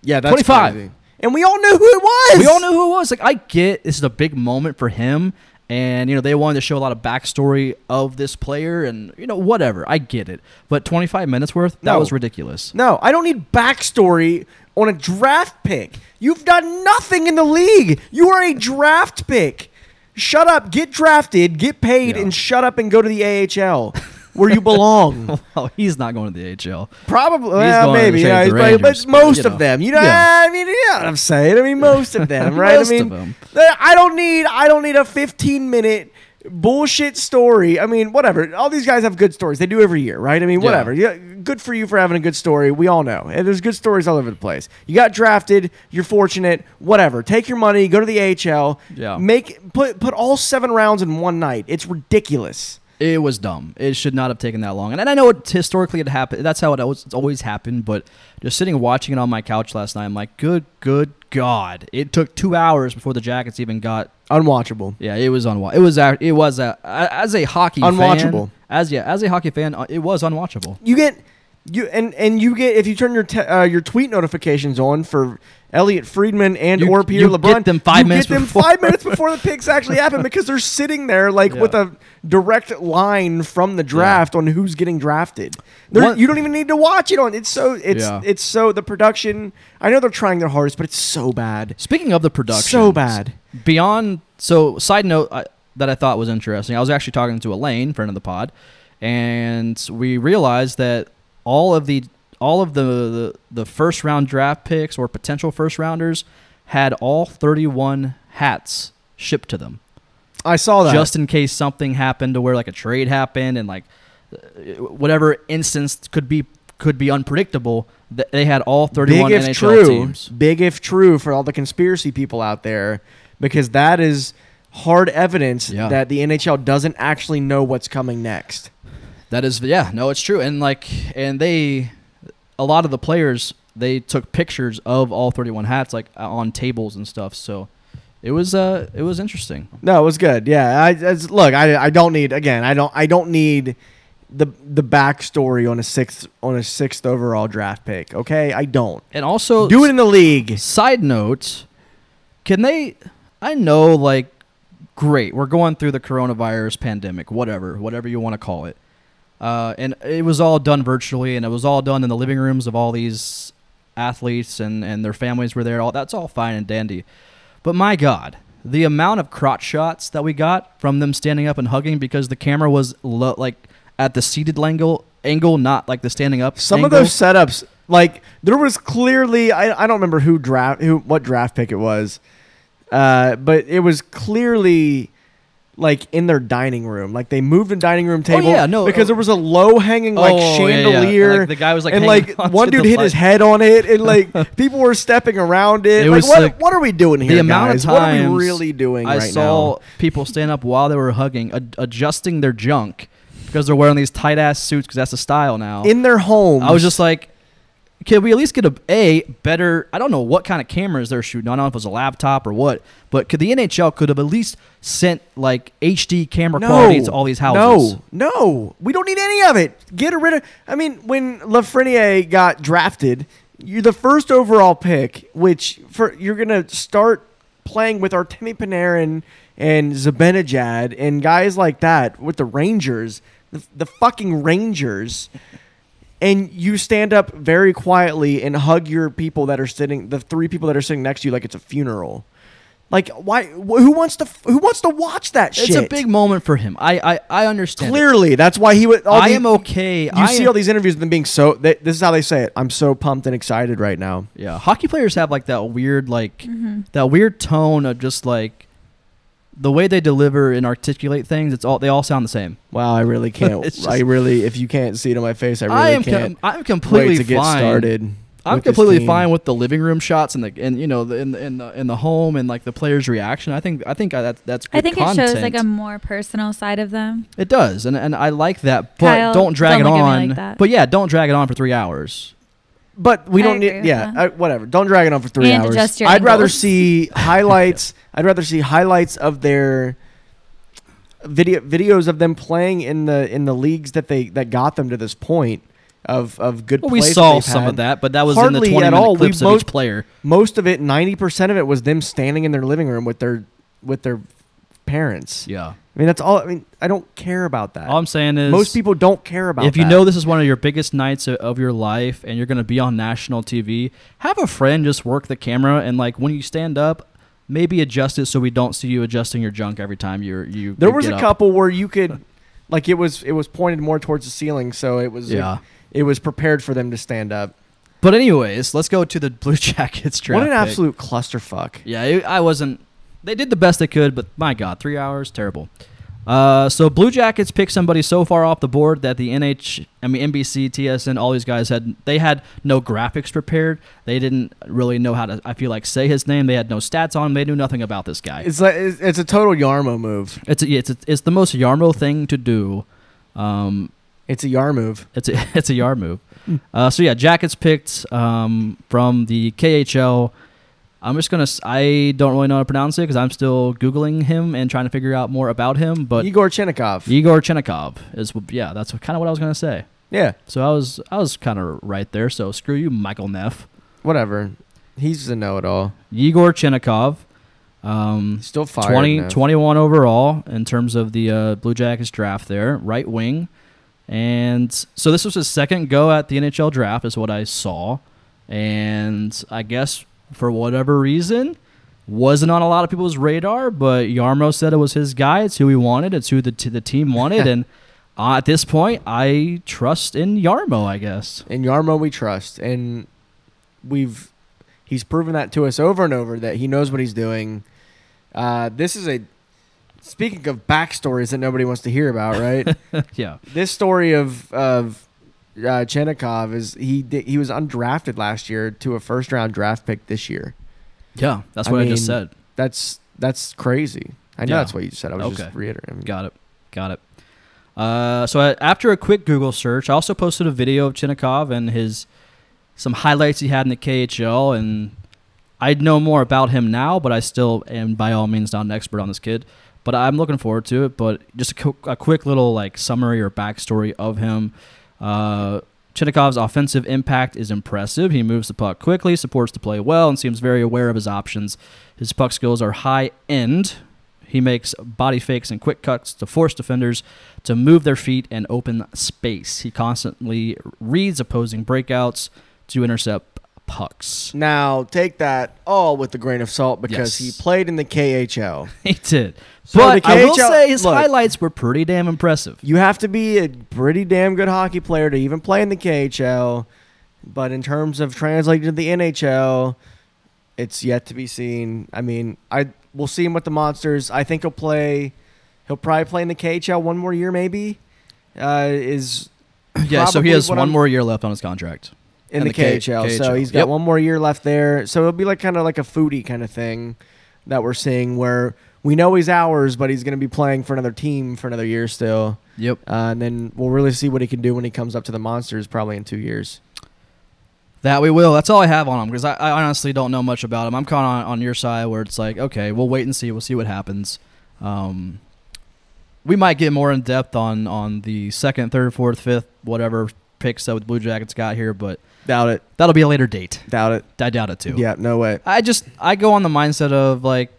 yeah, that's
25.
And we all knew who it was.
We all knew who it was. Like I get this is a big moment for him, and you know they wanted to show a lot of backstory of this player, and you know whatever. I get it, but twenty five minutes worth that
No.
was ridiculous.
No, I don't need backstory on a draft pick. You've done nothing in the league. You are a draft pick. Shut up, get drafted, get paid,
Yeah.
and shut up and go to the AHL where you belong.
Well, he's not going to the AHL.
Probably, well,
going to
maybe,
the
yeah,
Rangers,
but- but
but,
most
you know.
of them. You know,
Yeah.
I mean, you know what I'm saying. I mean, most of them, right?
Most
I
of
mean,
them.
th- I don't need, I don't need a 15 minute bullshit story. I mean, whatever. All these guys have good stories. They do every year, right? I mean,
Yeah.
whatever. Yeah, good for you for having a good story. We all know, and there's good stories all over the place. You got drafted. You're fortunate. Whatever. Take your money. Go to the AHL.
Yeah.
Make put put all seven rounds in one night. It's ridiculous.
It was dumb. It should not have taken that long. And, and I know it, historically it happened. That's how it always, it's always happened. But just sitting watching it on my couch last night, I'm like, good, good God! It took two hours before the Jackets even got.
Unwatchable.
Yeah, it was unwatchable. It was a- it was a, a- as a hockey fan-
Unwatchable.
as yeah, as a hockey fan, uh, it was unwatchable.
you get you and and you get if you turn your te- uh, your tweet notifications on for Elliot Friedman and
You-
or Pierre
you
LeBron,
get them five
you
minutes
get them
before.
five minutes before the picks actually happen because they're sitting there like
Yeah.
with a direct line from the draft on who's getting drafted. They're-
One-
you don't even need to watch it on. It's so it's
Yeah.
it's so the production. I know they're trying their hardest, but it's so bad.
Speaking of the production,
So bad.
Beyond so side note I, that I thought was interesting. I was actually talking to Elaine, friend of the pod, and we realized that all of the all of the the, the first round draft picks or potential first rounders had all 31 hats shipped to them
I saw that.
just in case something happened to where like a trade happened and like uh, whatever instance could be could be unpredictable th- they had all 31
big if
NHL
true,
teams
Big if true for all the conspiracy people out there, because that is hard evidence
Yeah.
that the NHL doesn't actually know what's coming next.
That is, yeah, no, it's true. And like, and they, a lot of the players, they took pictures of all 31 hats, like on tables and stuff. So it was, uh, it was interesting.
No, it was good. Yeah, I it's, look, I, I don't need again. I don't I don't need the the backstory on a sixth on a sixth overall draft pick. Okay, I don't
And also,
do it in the league.
Side note, can they? I know, like, great, we're going through the coronavirus pandemic, whatever, whatever you want to call it. Uh, and it was all done virtually, and it was all done in the living rooms of all these athletes, and, and their families were there. All that's all fine and dandy, but my God, the amount of crotch shots that we got from them standing up and hugging because the camera was lo- like at the seated angle, angle, not like the standing up.
Some of
angle.
those setups, like there was clearly I, I don't remember who draft who what draft pick it was, uh, but it was clearly like in their dining room. Like they moved a dining room table.
yeah, no,
because
oh.
there was a low hanging like
Oh, yeah, yeah. And, like,
chandelier.
the guy was, like,
and
hanging
like
onto
one dude
the
hit his
light.
head on it, and like people were stepping around it.
It
like
was,
what,
like,
what are we doing here?
the amount
guys?
of
what
times
are we really doing?
I
right
saw
now?
people stand up while they were hugging, ad- adjusting their junk because they're wearing these tight ass suits because that's the style now.
in their home.
I was just like, Can we at least get a, a better? I don't know what kind of cameras they're shooting. on. I don't know if it was a laptop or what, but could the NHL could have at least sent like HD camera quality to all these houses?
No, no, we don't need any of it. Get rid of. I mean, when Lafreniere got drafted, you're the first overall pick, which for you're gonna start playing with Artemi Panarin and Zibanejad and guys like that with the Rangers, the, the fucking Rangers. And you stand up very quietly and hug your people that are sitting, the three people that are sitting next to you, like it's a funeral. Like, why? Wh- who wants to? Who wants to watch that
It's
shit?
a big moment for him. I I, I understand. it.
Clearly, that's why he would. all
I
the-
am okay.
You
I
see
am-
all these interviews with them being so. They, this is how they say it. I'm so pumped and excited right now.
Yeah, hockey players have like that weird like
Mm-hmm.
that weird tone of just like the way they deliver and articulate things. It's all they all sound the same.
Wow, I really can't.
It's
I
just-
really, if you can't see it on my face, I really
I am
can't.
com- I'm
wait
completely
to get
fine.
started.
I'm
with this
completely
team.
fine with the living room shots and the and you know the in the in the, in the home and like the players' reaction. I think I think I, that that's good
I think
content.
it shows like um, a more personal side of them.
it does and and I like that, but
Kyle,
don't drag
don't
it
look at me
on.
like that.
but yeah, don't drag it on for three hours.
But we
I
don't
agree
need.
with
Yeah,
that.
I, whatever. Don't drag it on for three
And
hours.
adjust your
I'd rather
angles.
see highlights. I'd rather see highlights of their video videos of them playing in the in the leagues that they that got them to this point of of good.
Well, we
plays that
saw
they've
some
had.
of that, but that was in the
Hardly
twenty
at
minute
all. We
clips of
both-
each player.
most of it 90% of it was them standing in their living room with their with their parents
Yeah,
i mean that's all i mean i don't care about that
all I'm saying is
most people don't care about
if you
that.
know this is one of your biggest nights o- of your life and you're going to be on national TV, have a friend just work the camera and like when you stand up, maybe adjust it so we don't see you adjusting your junk every time you're you.
there
you
was
get
a
up.
couple where you could like it was it was pointed more towards the ceiling so it was
Yeah.
it, it was prepared for them to stand up
But anyways, let's go to the Blue Jackets draft.
what an
pick.
absolute clusterfuck
Yeah, it, I wasn't. They did the best they could, but my God, three hours, terrible. Uh, so Blue Jackets picked somebody so far off the board that the NH, I mean NBC, TSN, all these guys had they had no graphics prepared. They didn't really know how to. I feel like say his name. They had no stats on. him. They knew nothing about this guy.
it's like it's, it's a total yarmo move
It's a, it's a, it's the most Yarmo thing to do. Um,
it's a yar move
it's a it's a yard move. Uh, so yeah, Jackets picked um, from the KHL. I'm just gonna. s- I don't really know how to pronounce it because I'm still googling him and trying to figure out more about him. But
igor chenikov
Igor Chenikov is yeah. That's kind of what I was gonna say.
yeah
So I was I was kind of right there. So screw you, Michael Neff.
whatever he's a know-it-all
Igor Chenikov. Um,
he's still fired
20,
now.
21 overall in terms of the uh, Blue Jackets draft there, right wing. And so this was his second go at the NHL draft, is what I saw. And I guess for whatever reason, wasn't on a lot of people's radar, but Yarmo said it was his guy. It's who he wanted. It's who the, t- the team wanted. and uh, at this point, I trust in Yarmo, I guess.
In Yarmo we trust, and we've he's proven that to us over and over that he knows what he's doing. Uh, this is a speaking of backstories that nobody wants to hear about, right?
yeah.
this story of of uh, Chenikov is he di- he was undrafted last year to a first round draft pick this year.
Yeah. That's
I
what I, just
mean,
said.
That's that's crazy. I know
Yeah.
that's what you said. I was just
Okay.
reiterating.
Got it. Got it. Uh, so I, after a quick Google search, I also posted a video of Chinnikov and his some highlights he had in the KHL, and I know more about him now, but I still am by all means not an expert on this kid. But I'm looking forward to it. But just a, qu- a quick little like summary or backstory of him. Uh, Chinnikov's offensive impact is impressive. He moves the puck quickly, supports the play well, and seems very aware of his options. His puck skills are high end. He makes body fakes and quick cuts to force defenders to move their feet and open space. He constantly reads opposing breakouts to intercept pucks.
Now take that all with a grain of salt because
Yes.
he played in the KHL.
He did.
So
but
the
I will
KHL
say his
look-
highlights were pretty damn impressive.
You have to be a pretty damn good hockey player to even play in the KHL. But in terms of translating to the NHL, it's yet to be seen. I mean, I we'll see him with the Monsters. I think he'll play. He'll probably play in the KHL one more year, maybe. Uh, is
yeah, so he
probably
has
what
one
I'm-
more year left on his contract.
in
And the
the,
K-
KHL, so
KHL.
he's got
Yep.
one more year left there. So it'll be like kind of like a foodie kind of thing that we're seeing, where we know he's ours, but he's going to be playing for another team for another year still.
Yep.
Uh, and then we'll really see what he can do when he comes up to the monsters, probably in two years.
That we will. That's all I have on him because I, I honestly don't know much about him. I'm kind of on, on your side where it's like, okay, we'll wait and see. We'll see what happens. Um, we might get more in depth on on the second, third, fourth, fifth, whatever picks that the Blue Jackets got here, but
Doubt it.
that'll be a later date.
Doubt it.
I doubt it too.
Yeah, no way.
I just I go on the mindset of like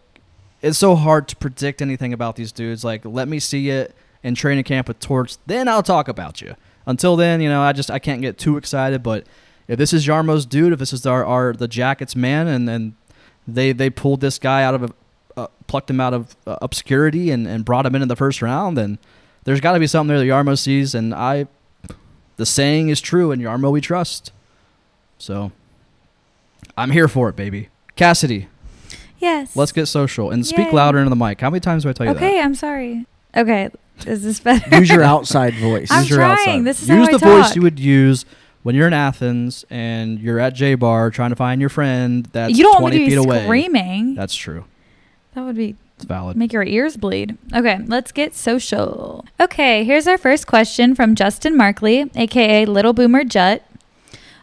it's so hard to predict anything about these dudes. Like let me see it in training camp with Torch, then I'll talk about you. Until then, you know, I just I can't get too excited. But if this is Yarmo's dude, if this is our, our the Jackets man, and and they they pulled this guy out of a, uh, plucked him out of uh, obscurity and and brought him into the first round, then there's got to be something there that Yarmo sees. And I, the saying is true, and Yarmo we trust. So I'm here for it, baby. Cassidy,
Yes.
let's get social and
Yay.
speak louder into the mic. How many times do I tell you
Okay, I'm sorry. Okay, is this better?
Use your outside voice.
that?
I'm
Use your
trying.
outside.
This is
Use
how I
the voice
talk.
you would use when you're in Athens and you're at J Bar trying to find your friend that's
you don't want
20
me
feet
to be
away.
screaming.
That's true.
That would be
It's valid.
make your ears bleed. Okay, let's get social. Okay, here's our first question from Justin Markley, aka Little Boomer Jut.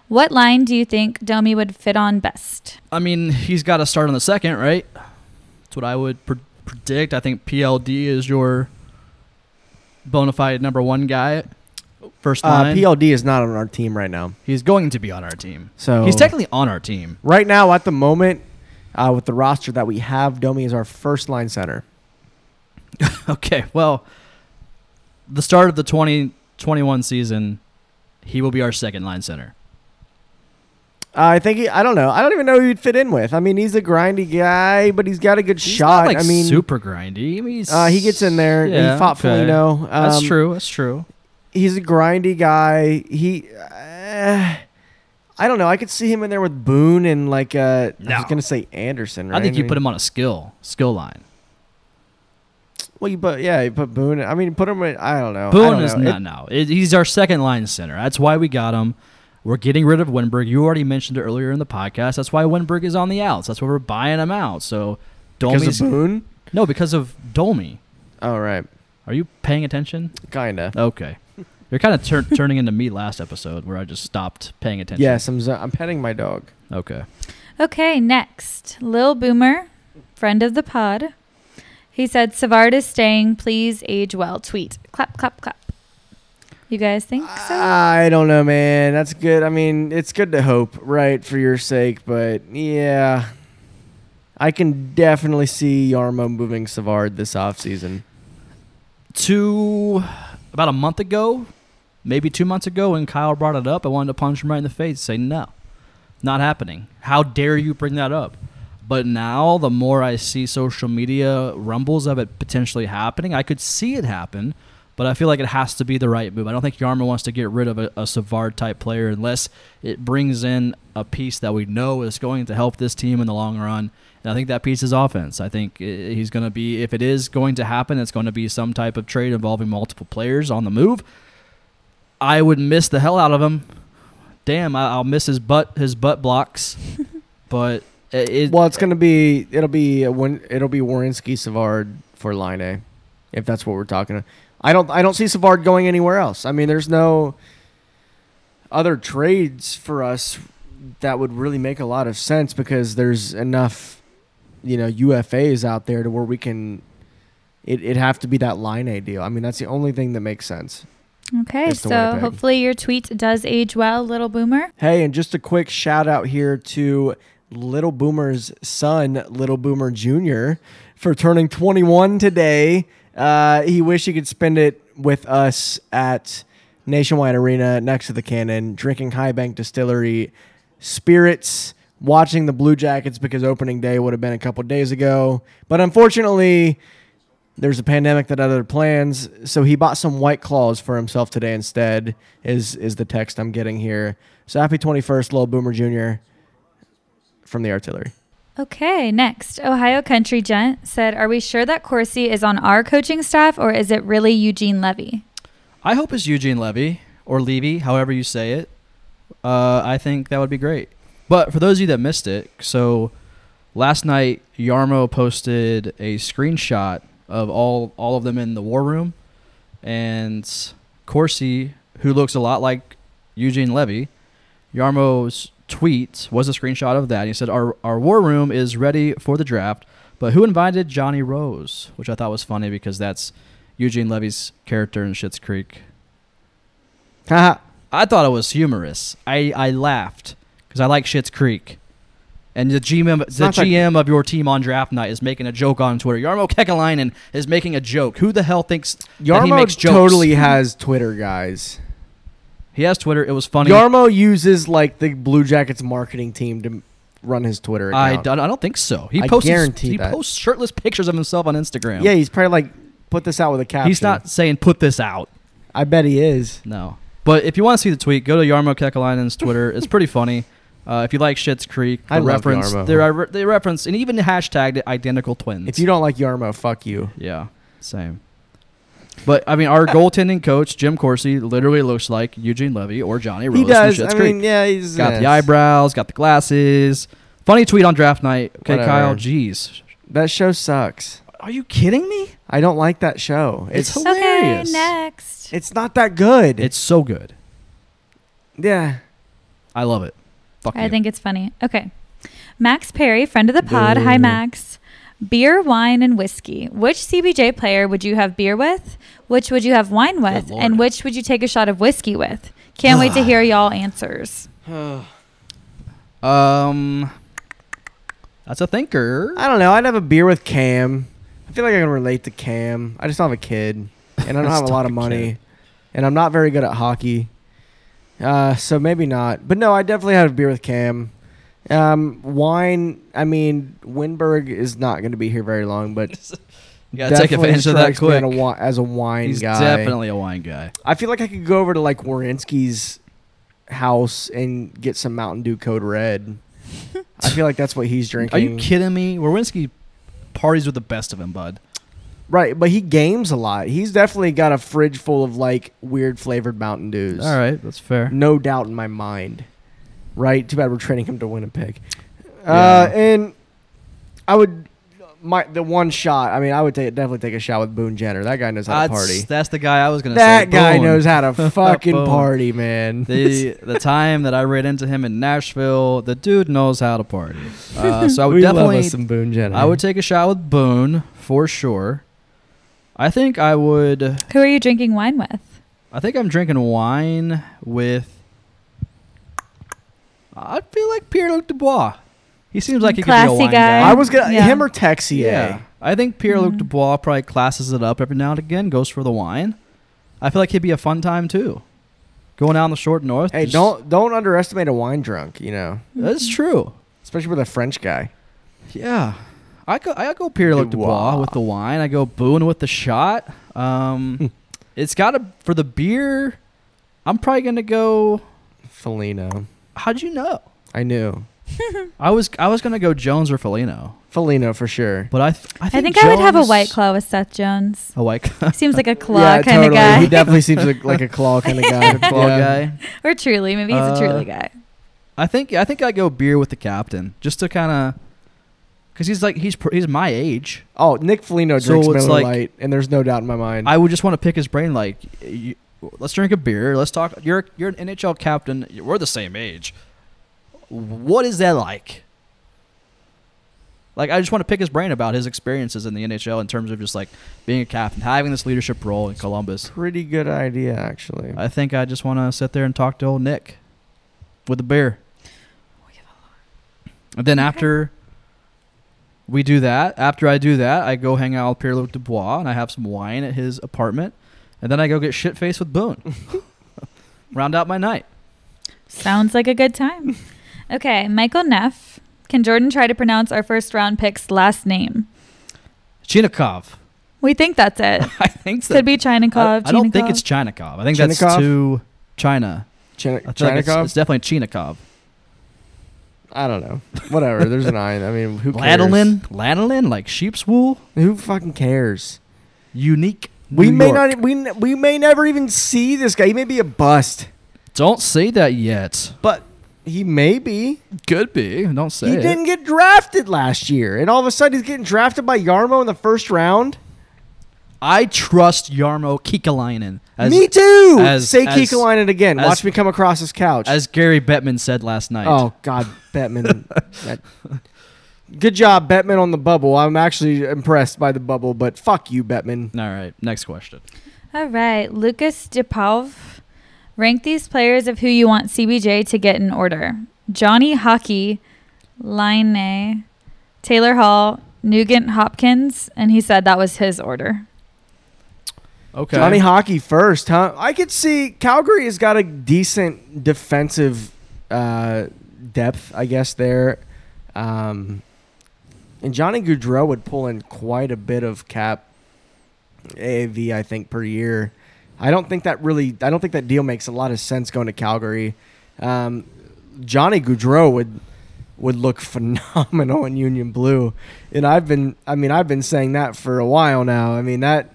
What line do you think Domi would fit on best?
I mean, he's got to start on the second, right? That's what I would pr- predict. I think PLD is your bona fide number one guy. First
Uh,
line.
PLD is not on our team right now.
he's going to be on our team.
So
He's technically on our team.
right now at the moment uh, with the roster that we have, Domi is our first line center.
Okay, well, the start of the 2021 season, he will be our second line center.
Uh, I think he, I don't know. I don't even know who he'd fit in with. I mean, he's a grindy guy, but he's got a good
He's
shot.
not, like
I mean,
super grindy. I mean, he's-
uh, he gets in there.
Yeah,
he fought for
okay.
Foligno. Um,
that's true. That's true.
He's a grindy guy. He, uh, I don't know. I could see him in there with Boone and like uh, I
No.
was gonna say Anderson. Right?
I think you put
mean-
him on a skill skill line.
Well, you put yeah, you put Boone. I mean, put him. In, I don't know. I
Boone
don't
is
know.
not no. It- he's our second line center. That's why we got him. We're getting rid of Winberg. You already mentioned it earlier in the podcast. That's why Winberg is on the outs. That's why we're buying him out. So
because
Domi's
of Boone.
no because of Domi.
All right,
Are you paying attention?
kinda.
Okay. You're kind of tur- turning into me last episode where I just stopped paying attention.
Yes, I'm. zo- I'm petting my dog.
Okay.
Okay, next, Lil Boomer, friend of the pod. He said Savard is staying. Please age well. Tweet. Clap, clap, clap. You guys think
Ah.
so?
I don't know, man. That's good. I mean, it's good to hope, right, for your sake, but yeah. I can definitely see Yarmo moving Savard this offseason.
Two, about a month ago, maybe two months ago, when Kyle brought it up, I wanted to punch him right in the face, say, no, not happening. How dare you bring that up? But now, the more I see social media rumbles of it potentially happening, I could see it happen, but I feel like it has to be the right move. I don't think Yarmer wants to get rid of a, a Savard type player unless it brings in a piece that we know is going to help this team in the long run. And I think that piece is offense. I think uh, he's going to be, if it is going to happen, it's going to be some type of trade involving multiple players on the move. I would miss the hell out of him. Damn, I, I'll miss his butt, his butt blocks. but it, it-
Well, it's going to be it'll be a win, it'll be Warinsky Savard for Line A if that's what we're talking about. I don't I don't see Savard going anywhere else. I mean, there's no other trades for us that would really make a lot of sense because there's enough you know UFAs out there to where we can it it have to be that Line A deal. I mean, that's the only thing that makes sense.
Okay,
Just the
so
Winnipeg.
hopefully your tweet does age well, Little Boomer.
Hey, and just a quick shout out here to Little Boomer's son, Little Boomer Jr., for turning 21 today. Uh, he wished he could spend it with us at Nationwide Arena next to the cannon, drinking High Bank Distillery spirits, watching the Blue Jackets because opening day would have been a couple days ago. But unfortunately, there's a pandemic that had other plans, so he bought some white claws for himself today instead. Is is the text I'm getting here? So happy 21st, Lil Boomer Jr. from the artillery.
Okay, next, Ohio Country Gent said, "Are we sure that Corsi is on our coaching staff, or is it really Eugene Levy?"
I hope it's Eugene Levy or Levy, however you say it. Uh, I think that would be great. But for those of you that missed it, so last night Yarmo posted a screenshot of all all of them in the war room, and Corsi, who looks a lot like Eugene Levy, Yarmo's tweet was a screenshot of that. He said, "Our our war room is ready for the draft, but who invited Johnny Rose?" Which I thought was funny because that's Eugene Levy's character in Schitt's Creek.
Haha.
I thought it was humorous. I I laughed because I like Schitt's Creek, and the GM the
not like-
GM of your team on draft night is making a joke on Twitter. Yarmo Kekalainen is making a joke. Who the hell thinks that he
Yarmo
makes jokes?
totally has Twitter, guys.
He has Twitter. It was funny.
Yarmo uses like the Blue Jackets marketing team to run his Twitter
I,
account.
don't- I don't think so. He
I
posts
guarantee
he
that.
posts shirtless pictures of himself on Instagram.
yeah, he's probably like put this out with a caption.
he's not saying put this out.
I bet he is.
No. But if you want to see the tweet, go to Yarmo Kekalainen's Twitter. it's pretty funny. Uh, if you like Shit's Creek,
I
they
love
reference
Yarmo.
they re- they reference and even hashtagged identical twins.
If you don't like Yarmo, fuck you.
yeah, same. But I mean, our goaltending coach Jim Corsi literally looks like Eugene Levy or Johnny Rose
He
from
does.
Schitt's
I
Creek.
mean, yeah, he's
got the
yes.
eyebrows, got the glasses. Funny tweet on draft night. Okay,
Whatever.
Kyle. Jeez,
That show sucks.
are you kidding me?
I don't like that show.
It's-
It's
Hilarious.
Okay, next.
it's not that good.
It's so good.
yeah.
I love it. Fuck
I
you.
think it's funny. Okay. Max Perry, friend of the pod. Hi,
Boo.
Max. Beer, wine, and whiskey. Which CBJ player would you have beer with? Which would you have wine with?
Good lord. Ah.
And which would you take a shot of whiskey with? Can't wait to hear y'all answers.
Um, that's a thinker.
I don't know. I'd have a beer with Cam. I feel like I can relate to Cam. I just don't have a kid, and I don't have a
Stop
lot
a
of money,
kid.
and I'm not very good at hockey. Uh, so maybe not. But no, I definitely had a beer with Cam. Um, wine. I mean, Winberg is not going to be here very long, but
You gotta take
definitely
advantage of that
strikes me
quick.
in a wi- as a wine
He's
guy.
definitely a wine guy.
I feel like I could go over to like Warinsky's house and get some Mountain Dew Code Red. I feel like that's what he's drinking.
Are you kidding me? Wawrinski parties with the best of him, bud.
Right, but he games a lot. He's definitely got a fridge full of like weird flavored Mountain Dews.
All right, that's fair.
No doubt in my mind. Right? Too bad we're training him to Winnipeg.
Yeah.
Uh, and I would my the one shot. I mean, I would take, definitely take a shot with Boone Jenner. That guy knows how to party.
that's the guy I was gonna say.
That guy
Boone.
knows how to fucking
Boone.
party, man.
the the time that I ran into him in Nashville, the dude knows how to party. Uh, so I would
we love
definitely
us some Boone Jenner.
I would take a shot with Boone for sure. I think I would.
Who are you drinking wine with?
I think I'm drinking wine with. I feel like Pierre Luc Dubois. He seems like he could
Classy
be a wine
guy. Mm-hmm.
guy.
I was gonna
Yeah.
him or Texier.
I think Pierre Luc Dubois probably classes it up every now and again. Goes for the wine. I feel like he'd be a fun time too. Going out on the short north.
Hey,
just-
don't don't underestimate a wine drunk. You know,
That's true.
especially with a French guy.
Yeah, I go. I go Pierre Luc Dubois
Dubois.
with the wine. I go Boone with the shot.
Hmm.
Um, it's got to for the beer. I'm probably gonna go.
Felino.
How'd you know?
I knew.
I was I was gonna go Jones or Felino,
Felino for sure.
but I th- I
I
think,
think I would have a
Jones-
white claw with Seth Jones.
A white claw,
Seems like a claw kind of
He
guy.
definitely seems like, like a claw kind of guy.
claw
Yeah.
guy.
or truly. Maybe he's
Uh,
a truly guy.
I think I think I go beer with the captain just to kind of because he's like he's pr- he's my age.
Oh, Nick Felino
So
drinks
it's
Miller
like-
Lite, and there's no doubt in my mind.
I would just want to pick his brain. Like, y y- let's drink a beer. Let's talk. You're you're an NHL captain. We're the same age. What is that like? Like, I just want to pick his brain about his experiences in the NHL in terms of just like being a captain, having this leadership role in Columbus.
Pretty good idea, actually.
I think I just want to sit there and talk to old Nick with a beer. And then after we do that, after I do that, I go hang out with Pierre Luc Dubois and I have some wine at his apartment. And then I go get shit faced with Boone. Round out my night.
Sounds like a good time. Okay, Michael Neff. Can Jordan try to pronounce our first round pick's last name?
Chinikov.
We think that's it.
I think so.
Could be Chinikov.
I, I don't think
Chinikov.
it's Chinikov. I think that's
Chinikov?
to China.
Chin-
I feel like it's,
Chinnikov?
it's definitely Chinikov.
I don't know. Whatever. There's an I. I mean, who cares?
Lanolin? Lanolin? Like sheep's wool?
Who fucking cares?
Unique.
We
New
may
York.
not. e-, We n- we may never even see this guy. He may be a bust,
Don't say that yet.
but he may be.
Could be. Don't say
he
it.
didn't get drafted last year, and all of a sudden he's getting drafted by Yarmo in the first round.
I trust Yarmo Kikalainen. As,
me too.
as-
Say
as-
Kikalainen again.
as-
Watch me come across his couch.
As Gary Bettman said last night.
Oh God, Bettman. That- good job, Bettman, on the bubble. I'm actually impressed by the bubble, but fuck you, Bettman.
All right. Next question.
All right, Lucas Depauv. Rank these players of who you want CBJ to get in order. Johnny Hockey, Line, Taylor Hall, Nugent Hopkins, and he said that was his order.
Okay.
Johnny Hockey first, huh? I could see Calgary has got a decent defensive uh, depth, I guess there, um, and Johnny Goudreau would pull in quite a bit of cap AAV, I think, per year. I don't think that really. I don't think that deal makes a lot of sense going to Calgary. Um, Johnny Goudreau would would look phenomenal in Union Blue, and I've been. I mean, I've been saying that for a while now. I mean that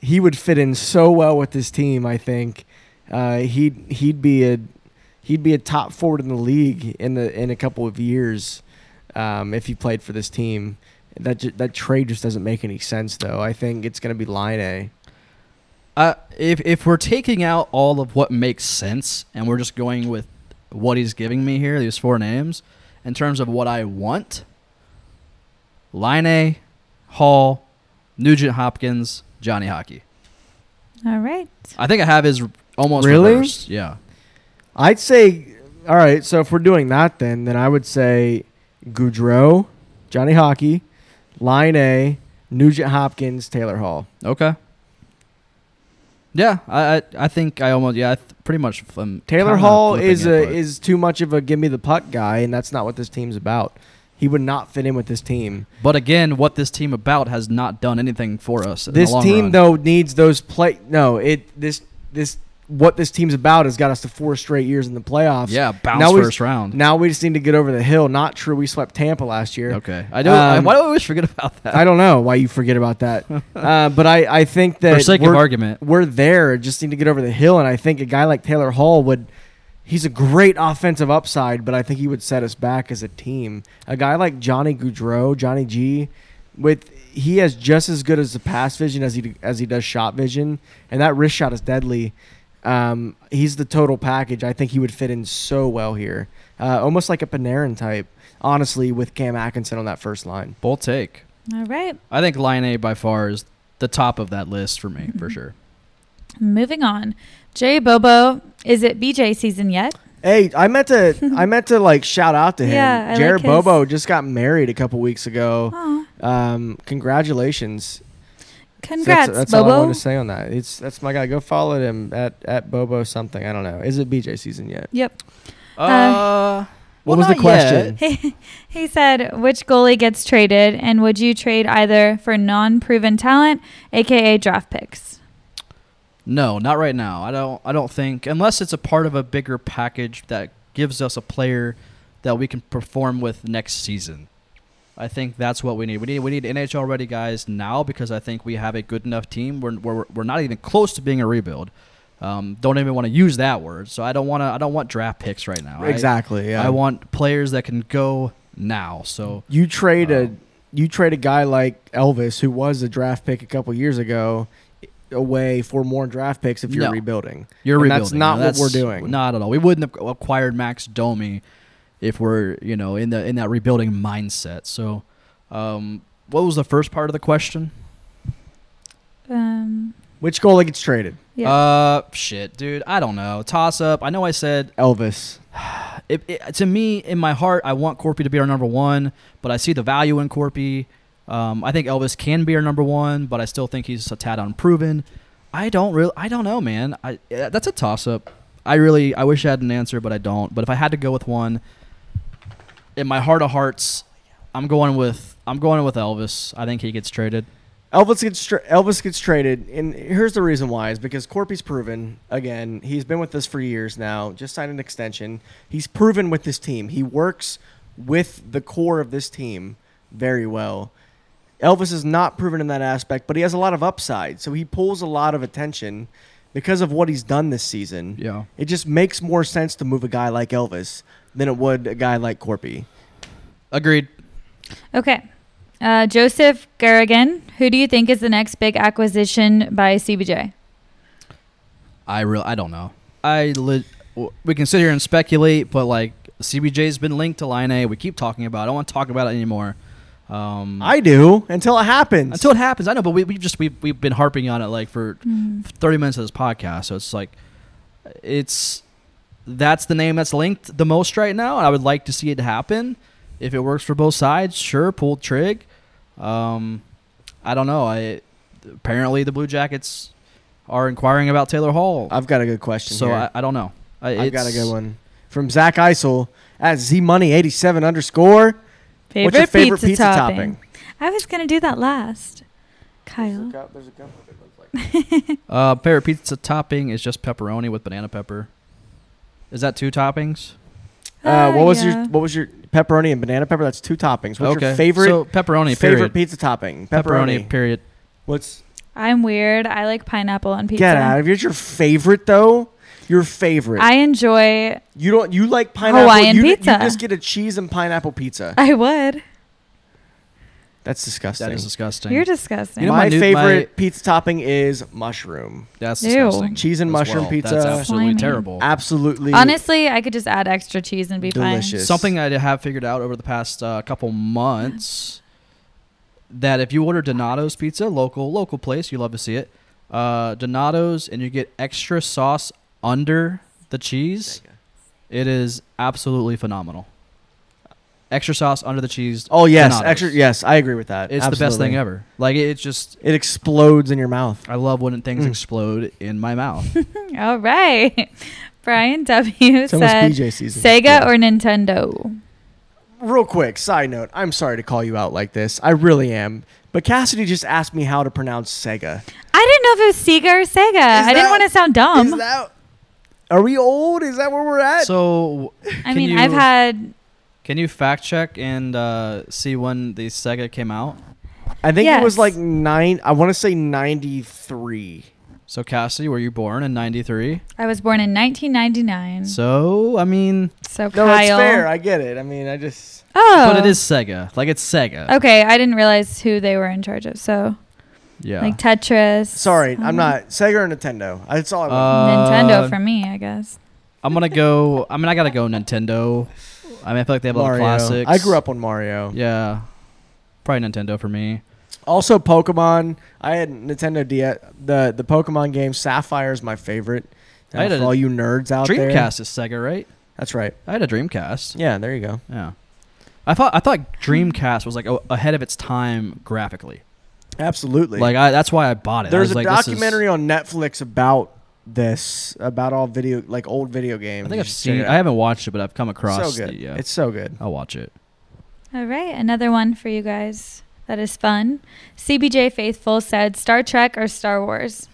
he would fit in so well with this team. I think uh, he'd he'd be a he'd be a top forward in the league in the in a couple of years um, if he played for this team. That ju- that trade just doesn't make any sense though. I think it's going to be line A.
Uh, if if we're taking out all of what makes sense and we're just going with what he's giving me here, these four names, in terms of what I want, Line A, Hall, Nugent Hopkins, Johnny Hockey.
All right.
I think I have his r- almost
Really?
reversed. Yeah.
I'd say all right. So if we're doing that, then then I would say Goudreau, Johnny Hockey, line A, Nugent Hopkins, Taylor Hall.
Okay. Yeah, I I, I think I almost yeah I th- pretty much um,
Taylor
kinda
Hall
flipping
is
it,
a
but-
is too much of a give me the puck guy, and that's not what this team's about. He would not fit in with this team.
but again what this team about has not done anything for us. in the
This
long
team
run.
though needs those play. No, it this this what this team's about has got us to four straight years in the playoffs.
yeah bounce
Now we-
first round.
Now we just need to get over the hill. Not true. We swept Tampa last year.
Okay, I don't. I,
Um,
why do I always forget about that?
I don't know why you forget about that, uh, but I, I think that
For sake of
we're-
argument,
we're there. Just need to get over the hill. And I think a guy like Taylor Hall would. He's a great offensive upside, but I think he would set us back as a team. A guy like Johnny Goudreau, Johnny G, with he has just as good as the pass vision as he as he does shot vision, and that wrist shot is deadly. Um, he's the total package. I think he would fit in so well here, uh, almost like a Panarin type. Honestly, with Cam Atkinson on that first line.
bold take.
All right.
I think Line A by far is the top of that list for me, for sure.
Moving on. Jay Bobo, is it BJ season yet?
Hey, I meant to I meant to like shout out to him.
Yeah, I like
Jared
his-
Bobo just got married a couple weeks ago.
Oh,
Um, congratulations. So
congrats,
that's that's all I
Bobo.
wanted to say on that. It's that's my guy. Go follow him at, at Bobo something. I don't know. Is it BJ season yet?
Yep.
Uh, well,
What was the
not
question?
yet.
He said, which goalie gets traded, and would you trade either for non proven talent, aka draft picks?
No, not right now. I don't. I don't think unless it's a part of a bigger package that gives us a player that we can perform with next season. I think that's what we need. We need we need NHL ready guys now because I think we have a good enough team. We're we're, we're not even close to being a rebuild. Um, don't even want to use that word. So I don't want to. I don't want draft picks right now. I-
Exactly. yeah.
I want players that can go now. So
you trade a
Wow.
you trade a guy like Elvis, who was a draft pick a couple years ago, away for more draft picks if you're
No.
rebuilding.
you're
And
rebuilding.
That's not what we're doing.
Not at all. We wouldn't have acquired Max Domi if we're you know in the in that rebuilding mindset. So, um, what was the first part of the question?
Um,
Which goalie gets traded?
yeah.
Uh, shit, dude. I don't know. Toss up. I know I said
Elvis.
it, it, to me in my heart I want Corpy to be our number one, but I see the value in Corpy. Um, I think Elvis can be our number one, but I still think he's a tad unproven. I don't really, I don't know, man. I eh, that's a toss up. I really, I wish I had an answer, but I don't. But if I had to go with one, in my heart of hearts, I'm going with I'm going with Elvis. I think he gets traded.
Elvis gets tra- Elvis gets traded, and here's the reason why: is because Corpy's proven again. He's been with us for years now. Just signed an extension. He's proven with this team. He works with the core of this team very well. Elvis is not proven in that aspect, but he has a lot of upside, so he pulls a lot of attention because of what he's done this season.
Yeah.
It just makes more sense to move a guy like Elvis than it would a guy like Corpy.
Agreed.
Okay. Uh, Joseph Garrigan, who do you think is the next big acquisition by CBJ?
I real I don't know. I li- w- we can sit here and speculate, but like CBJ's been linked to Line A. We keep talking about. it. I don't want to talk about it anymore. Um,
I do until it happens.
until it happens. I know, but we we just we have we've been harping on it like for thirty minutes of this podcast. So it's like it's that's the name that's linked the most right now, and I would like to see it happen. If it works for both sides, sure, pull the trig. Um, I don't know. I apparently the Blue Jackets are inquiring about Taylor Hall.
I've got a good question.
So
here.
I, I don't know. I,
I've
it's-
got a good one from Zach Isel at Z Money eighty seven underscore.
Favorite,
What's your favorite pizza, topping?
I was gonna do that last, Kyle.
Uh, favorite pizza topping is just pepperoni with banana pepper. Is that two toppings?
Uh, what was
Oh, yeah.
your what was your pepperoni and banana pepper? That's two toppings. What's your favorite
So pepperoni.
favorite
period.
pizza topping?
Pepperoni.
Pepperoni.
Period.
What's
I'm weird. I like pineapple on pizza.
get out of here? It's your favorite though. Your favorite.
I enjoy.
you don't. You like pineapple.
Hawaiian
you, d-
pizza.
You just get a cheese and pineapple pizza.
I would.
That's disgusting.
That is disgusting.
You're disgusting.
You know
my,
my new-
favorite
my-
pizza topping is mushroom.
That's
Ew.
disgusting.
Cheese and
as
mushroom pizza.
That's absolutely
Slimy.
terrible.
Absolutely.
Honestly, I could just add extra cheese and be
Delicious.
Something I have figured out over the past uh, couple months that if you order Donato's pizza, local local place, you love to see it. Uh, Donato's, and you get extra sauce under the cheese. It is absolutely phenomenal. Extra sauce under the cheese.
Oh yes,
Donato's.
actually yes, I agree with that.
It's the best thing
Absolutely.
ever. Like it- it's just,
It explodes in your mouth.
I love when things
Mm.
explode in my mouth.
fine. All right. Brian W
It's almost
said
BJ season.
Sega or Nintendo.
Real quick, side note. I'm sorry to call you out like this. I really am. But Cassidy just asked me how to pronounce Sega.
I didn't know if it was Sega or Sega. Uh, I
that-
didn't want to sound dumb.
Is that? Are we old? Is that where we're at?
so,
I
can
mean,
you-
I've had.
Can you fact check and uh, see when the Sega came out?
I think it was
yes.
like nine. I want to say ninety three.
So Cassidy, were you born in '93?
I was born in 1999. So,
So I mean,
No,
Kyle.
it's fair. I get it. I mean, I just
Oh,
but it is Sega. Like it's Sega.
Okay, I didn't realize who they were in charge of. So
Yeah.
like Tetris.
sorry.
um,
I'm not Sega or Nintendo. That's all I want.
Uh,
Nintendo for me, I guess.
I'm gonna go. I mean, I gotta go Nintendo. I mean, I feel like they have all the
Mario.
classics.
I grew up on Mario.
Yeah. Probably Nintendo for me.
Also, Pokemon. I had Nintendo DS. The the Pokemon game Sapphire is my favorite. Now,
I had
for
a
all you nerds out there.
Dreamcast is Sega, right?
That's right.
I had a Dreamcast.
Yeah, there you go.
Yeah. I thought I thought Dreamcast was like a, ahead of its time graphically.
Absolutely.
Like I, that's why I bought it. I
there's
was
a
like, this is-
documentary on Netflix about this, about all video, like old video games.
I think
You
I've
should check
seen.
it
I
out.
haven't watched it, but I've come across.
So good.
The, yeah.
It's so good.
I'll watch it.
All right, another one for you guys. That is fun. CBJ Faithful said Star Trek or Star Wars.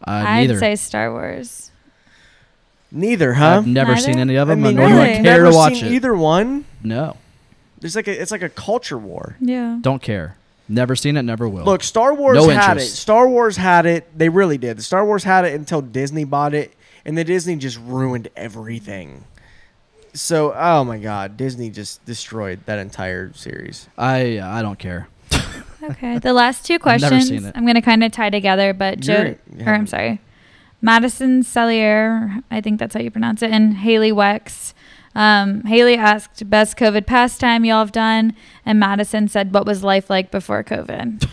Uh,
I'd
neither.
say Star Wars.
Neither, huh?
I've never
Neither?
seen any of them,
I mean,
nor do
really?
I
I've
care
never
to watch
seen
it.
Either one.
No,
There's like a, it's like a culture war.
Yeah.
don't care. Never seen it, never will.
Look, Star Wars
No
had
interest.
it. Star Wars had it. They really did. The Star Wars had it until Disney bought it, and then Disney just ruined everything. So, oh my God, Disney just destroyed that entire series.
I I don't care.
Okay. The last two
I've
questions
never seen it.
I'm gonna kinda tie together, but Joe
You're-
or I'm sorry. Madison Cellier, I think that's how you pronounce it, and Haley Wex. Um, Haley asked best COVID pastime y'all have done, and Madison said what was life like before COVID.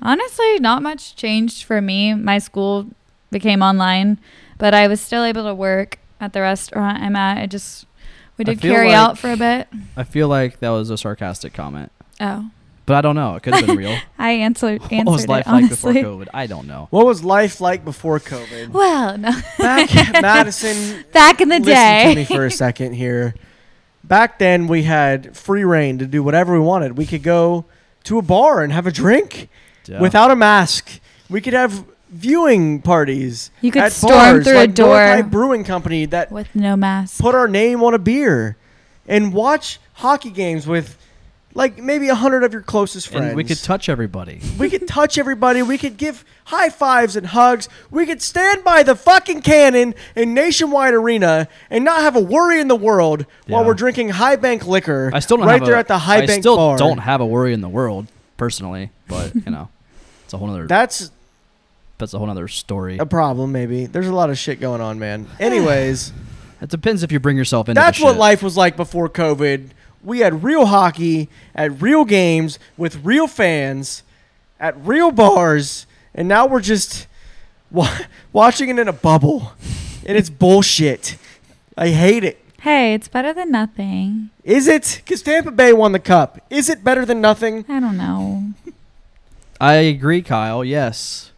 Honestly, not much changed for me. My school became online, but I was still able to work at the restaurant I'm at. I just we
I
did
feel
carry out
like-
for a bit.
I feel like that was a sarcastic comment,
Oh,
but I don't know. It could have been real.
I answered answered
what was life
it
like before
honestly.
COVID? I don't know.
What was life like before COVID?
Well, no.
Back, Madison,
back in the
listen to me
day.
for a second here. Back then, we had free reign to do whatever we wanted. We could go to a bar and have a drink
Yeah.
without a mask. We could have viewing parties.
You could
at
storm
bars,
through a
like
door.
Northside Brewing Company that
With no mask.
put our name on a beer and watch hockey games with like maybe a hundred of your closest friends.
And we could touch everybody.
we could touch everybody. We could give high fives and hugs. We could stand by the fucking cannon in Nationwide Arena and not have a worry in the world while
Yeah.
we're drinking high bank liquor.
I still don't
right
have
there
a-
at the high
I
bank
still
bar.
don't have a worry in the world personally, but you know, it's a whole other
That's
that's a whole other story.
a problem. Maybe there's a lot of shit going on, man. Anyways.
It depends if you bring yourself into. the
That's what
shit.
life was like before COVID. We had real hockey at real games with real fans at real bars, and now we're just wa- watching it in a bubble, and it's bullshit. I hate it.
Hey, it's better than nothing.
Is it? Because Tampa Bay won the cup. Is it better than nothing?
I don't know.
I agree, Kyle. Yes.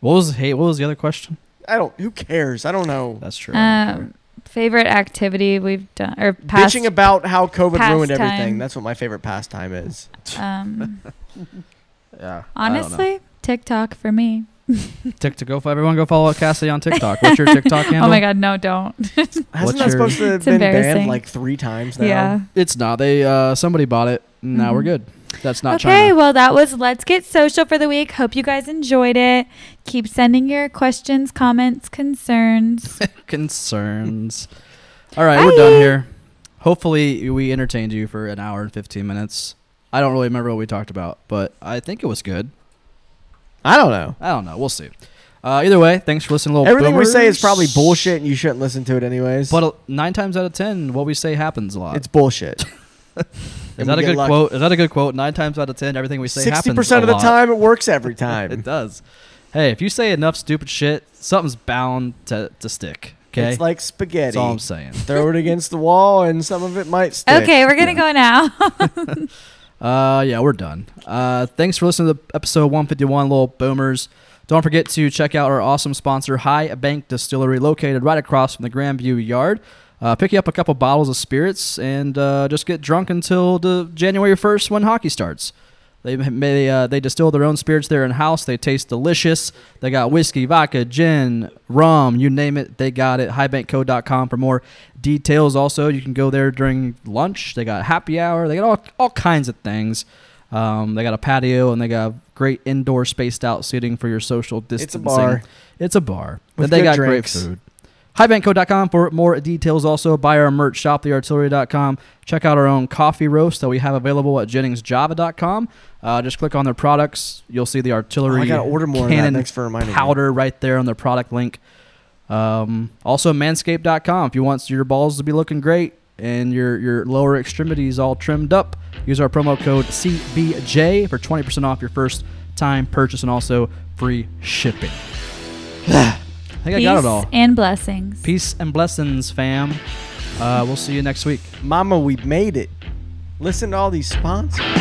What was hey? What was the other question?
I don't. Who cares? I don't know.
That's true.
Um, favorite activity we've done or past.
Bitching about how COVID ruined
pastime.
everything. That's what my favorite pastime is.
um,
yeah.
honestly, TikTok for me.
TikTok. Go follow everyone. Go follow Cassidy on TikTok. What's your TikTok handle?
Oh my god, no, don't.
Hasn't
What's
that
your-
supposed to have
It's
been banned
embarrassing.
like three times now?
Yeah.
It's not. They uh somebody bought it. Now we're good. That's not
Mm-hmm. okay,
China.
well, that was Let's Get Social for the week. Hope you guys enjoyed it. Keep sending your questions, comments, concerns.
Concerns. All right, we're
Bye.
done here. Hopefully, we entertained you for an hour and fifteen minutes. I don't really remember what we talked about, but I think it was good.
I don't know.
I don't know. We'll see. Uh, either way, thanks for listening, little
Everything we say is
boomers.
probably bullshit, and you shouldn't listen to it anyways.
But uh, nine times out of ten, what we say happens a lot.
it's bullshit.
Is that a good quote? Is that a good quote? Nine times out of ten, everything we say happens.
Sixty percent
a
of the
lot.
time, it works every
it
time.
does. Hey, if you say enough stupid shit, something's bound to, to stick. Okay,
It's like
that's
spaghetti.
all I'm saying.
Throw it against the wall, and some of it might stick.
okay, we're going to go now.
Uh, yeah, we're done. Uh, thanks for listening to episode 151, little boomers. Don't forget to check out our awesome sponsor, High Bank Distillery, located right across from the Grandview Yard. Uh, pick you up a couple bottles of spirits and uh, just get drunk until the January 1st when hockey starts. They they, uh, they distill their own spirits there in house. They taste delicious. They got whiskey, vodka, gin, rum, you name it, they got it. Highbankco.com for more details. Also, you can go there during lunch. They got happy hour. They got all all kinds of things. Um, they got a patio and they got great indoor spaced out seating for your social distancing.
It's a bar.
It's a bar.
With
and they
good
got
drinks.
great food. Highbankco.com for more details. Also, buy our merch, shoptheartillery.com. Check out our own coffee roast that we have available at jenningsjava.com. Uh, just click on their products. You'll see the artillery
Oh, I gotta order more of that.
cannon
Thanks for reminding me.
powder right there on their product link. Um, also, manscaped.com. If you want your balls to be looking great and your, your lower extremities all trimmed up, use our promo code CBJ for 20% off your first time purchase and also free shipping. I think I got it all.
and blessings.
Peace and blessings, fam. Uh, we'll see you next week.
Mama, we made it. Listen to all these sponsors.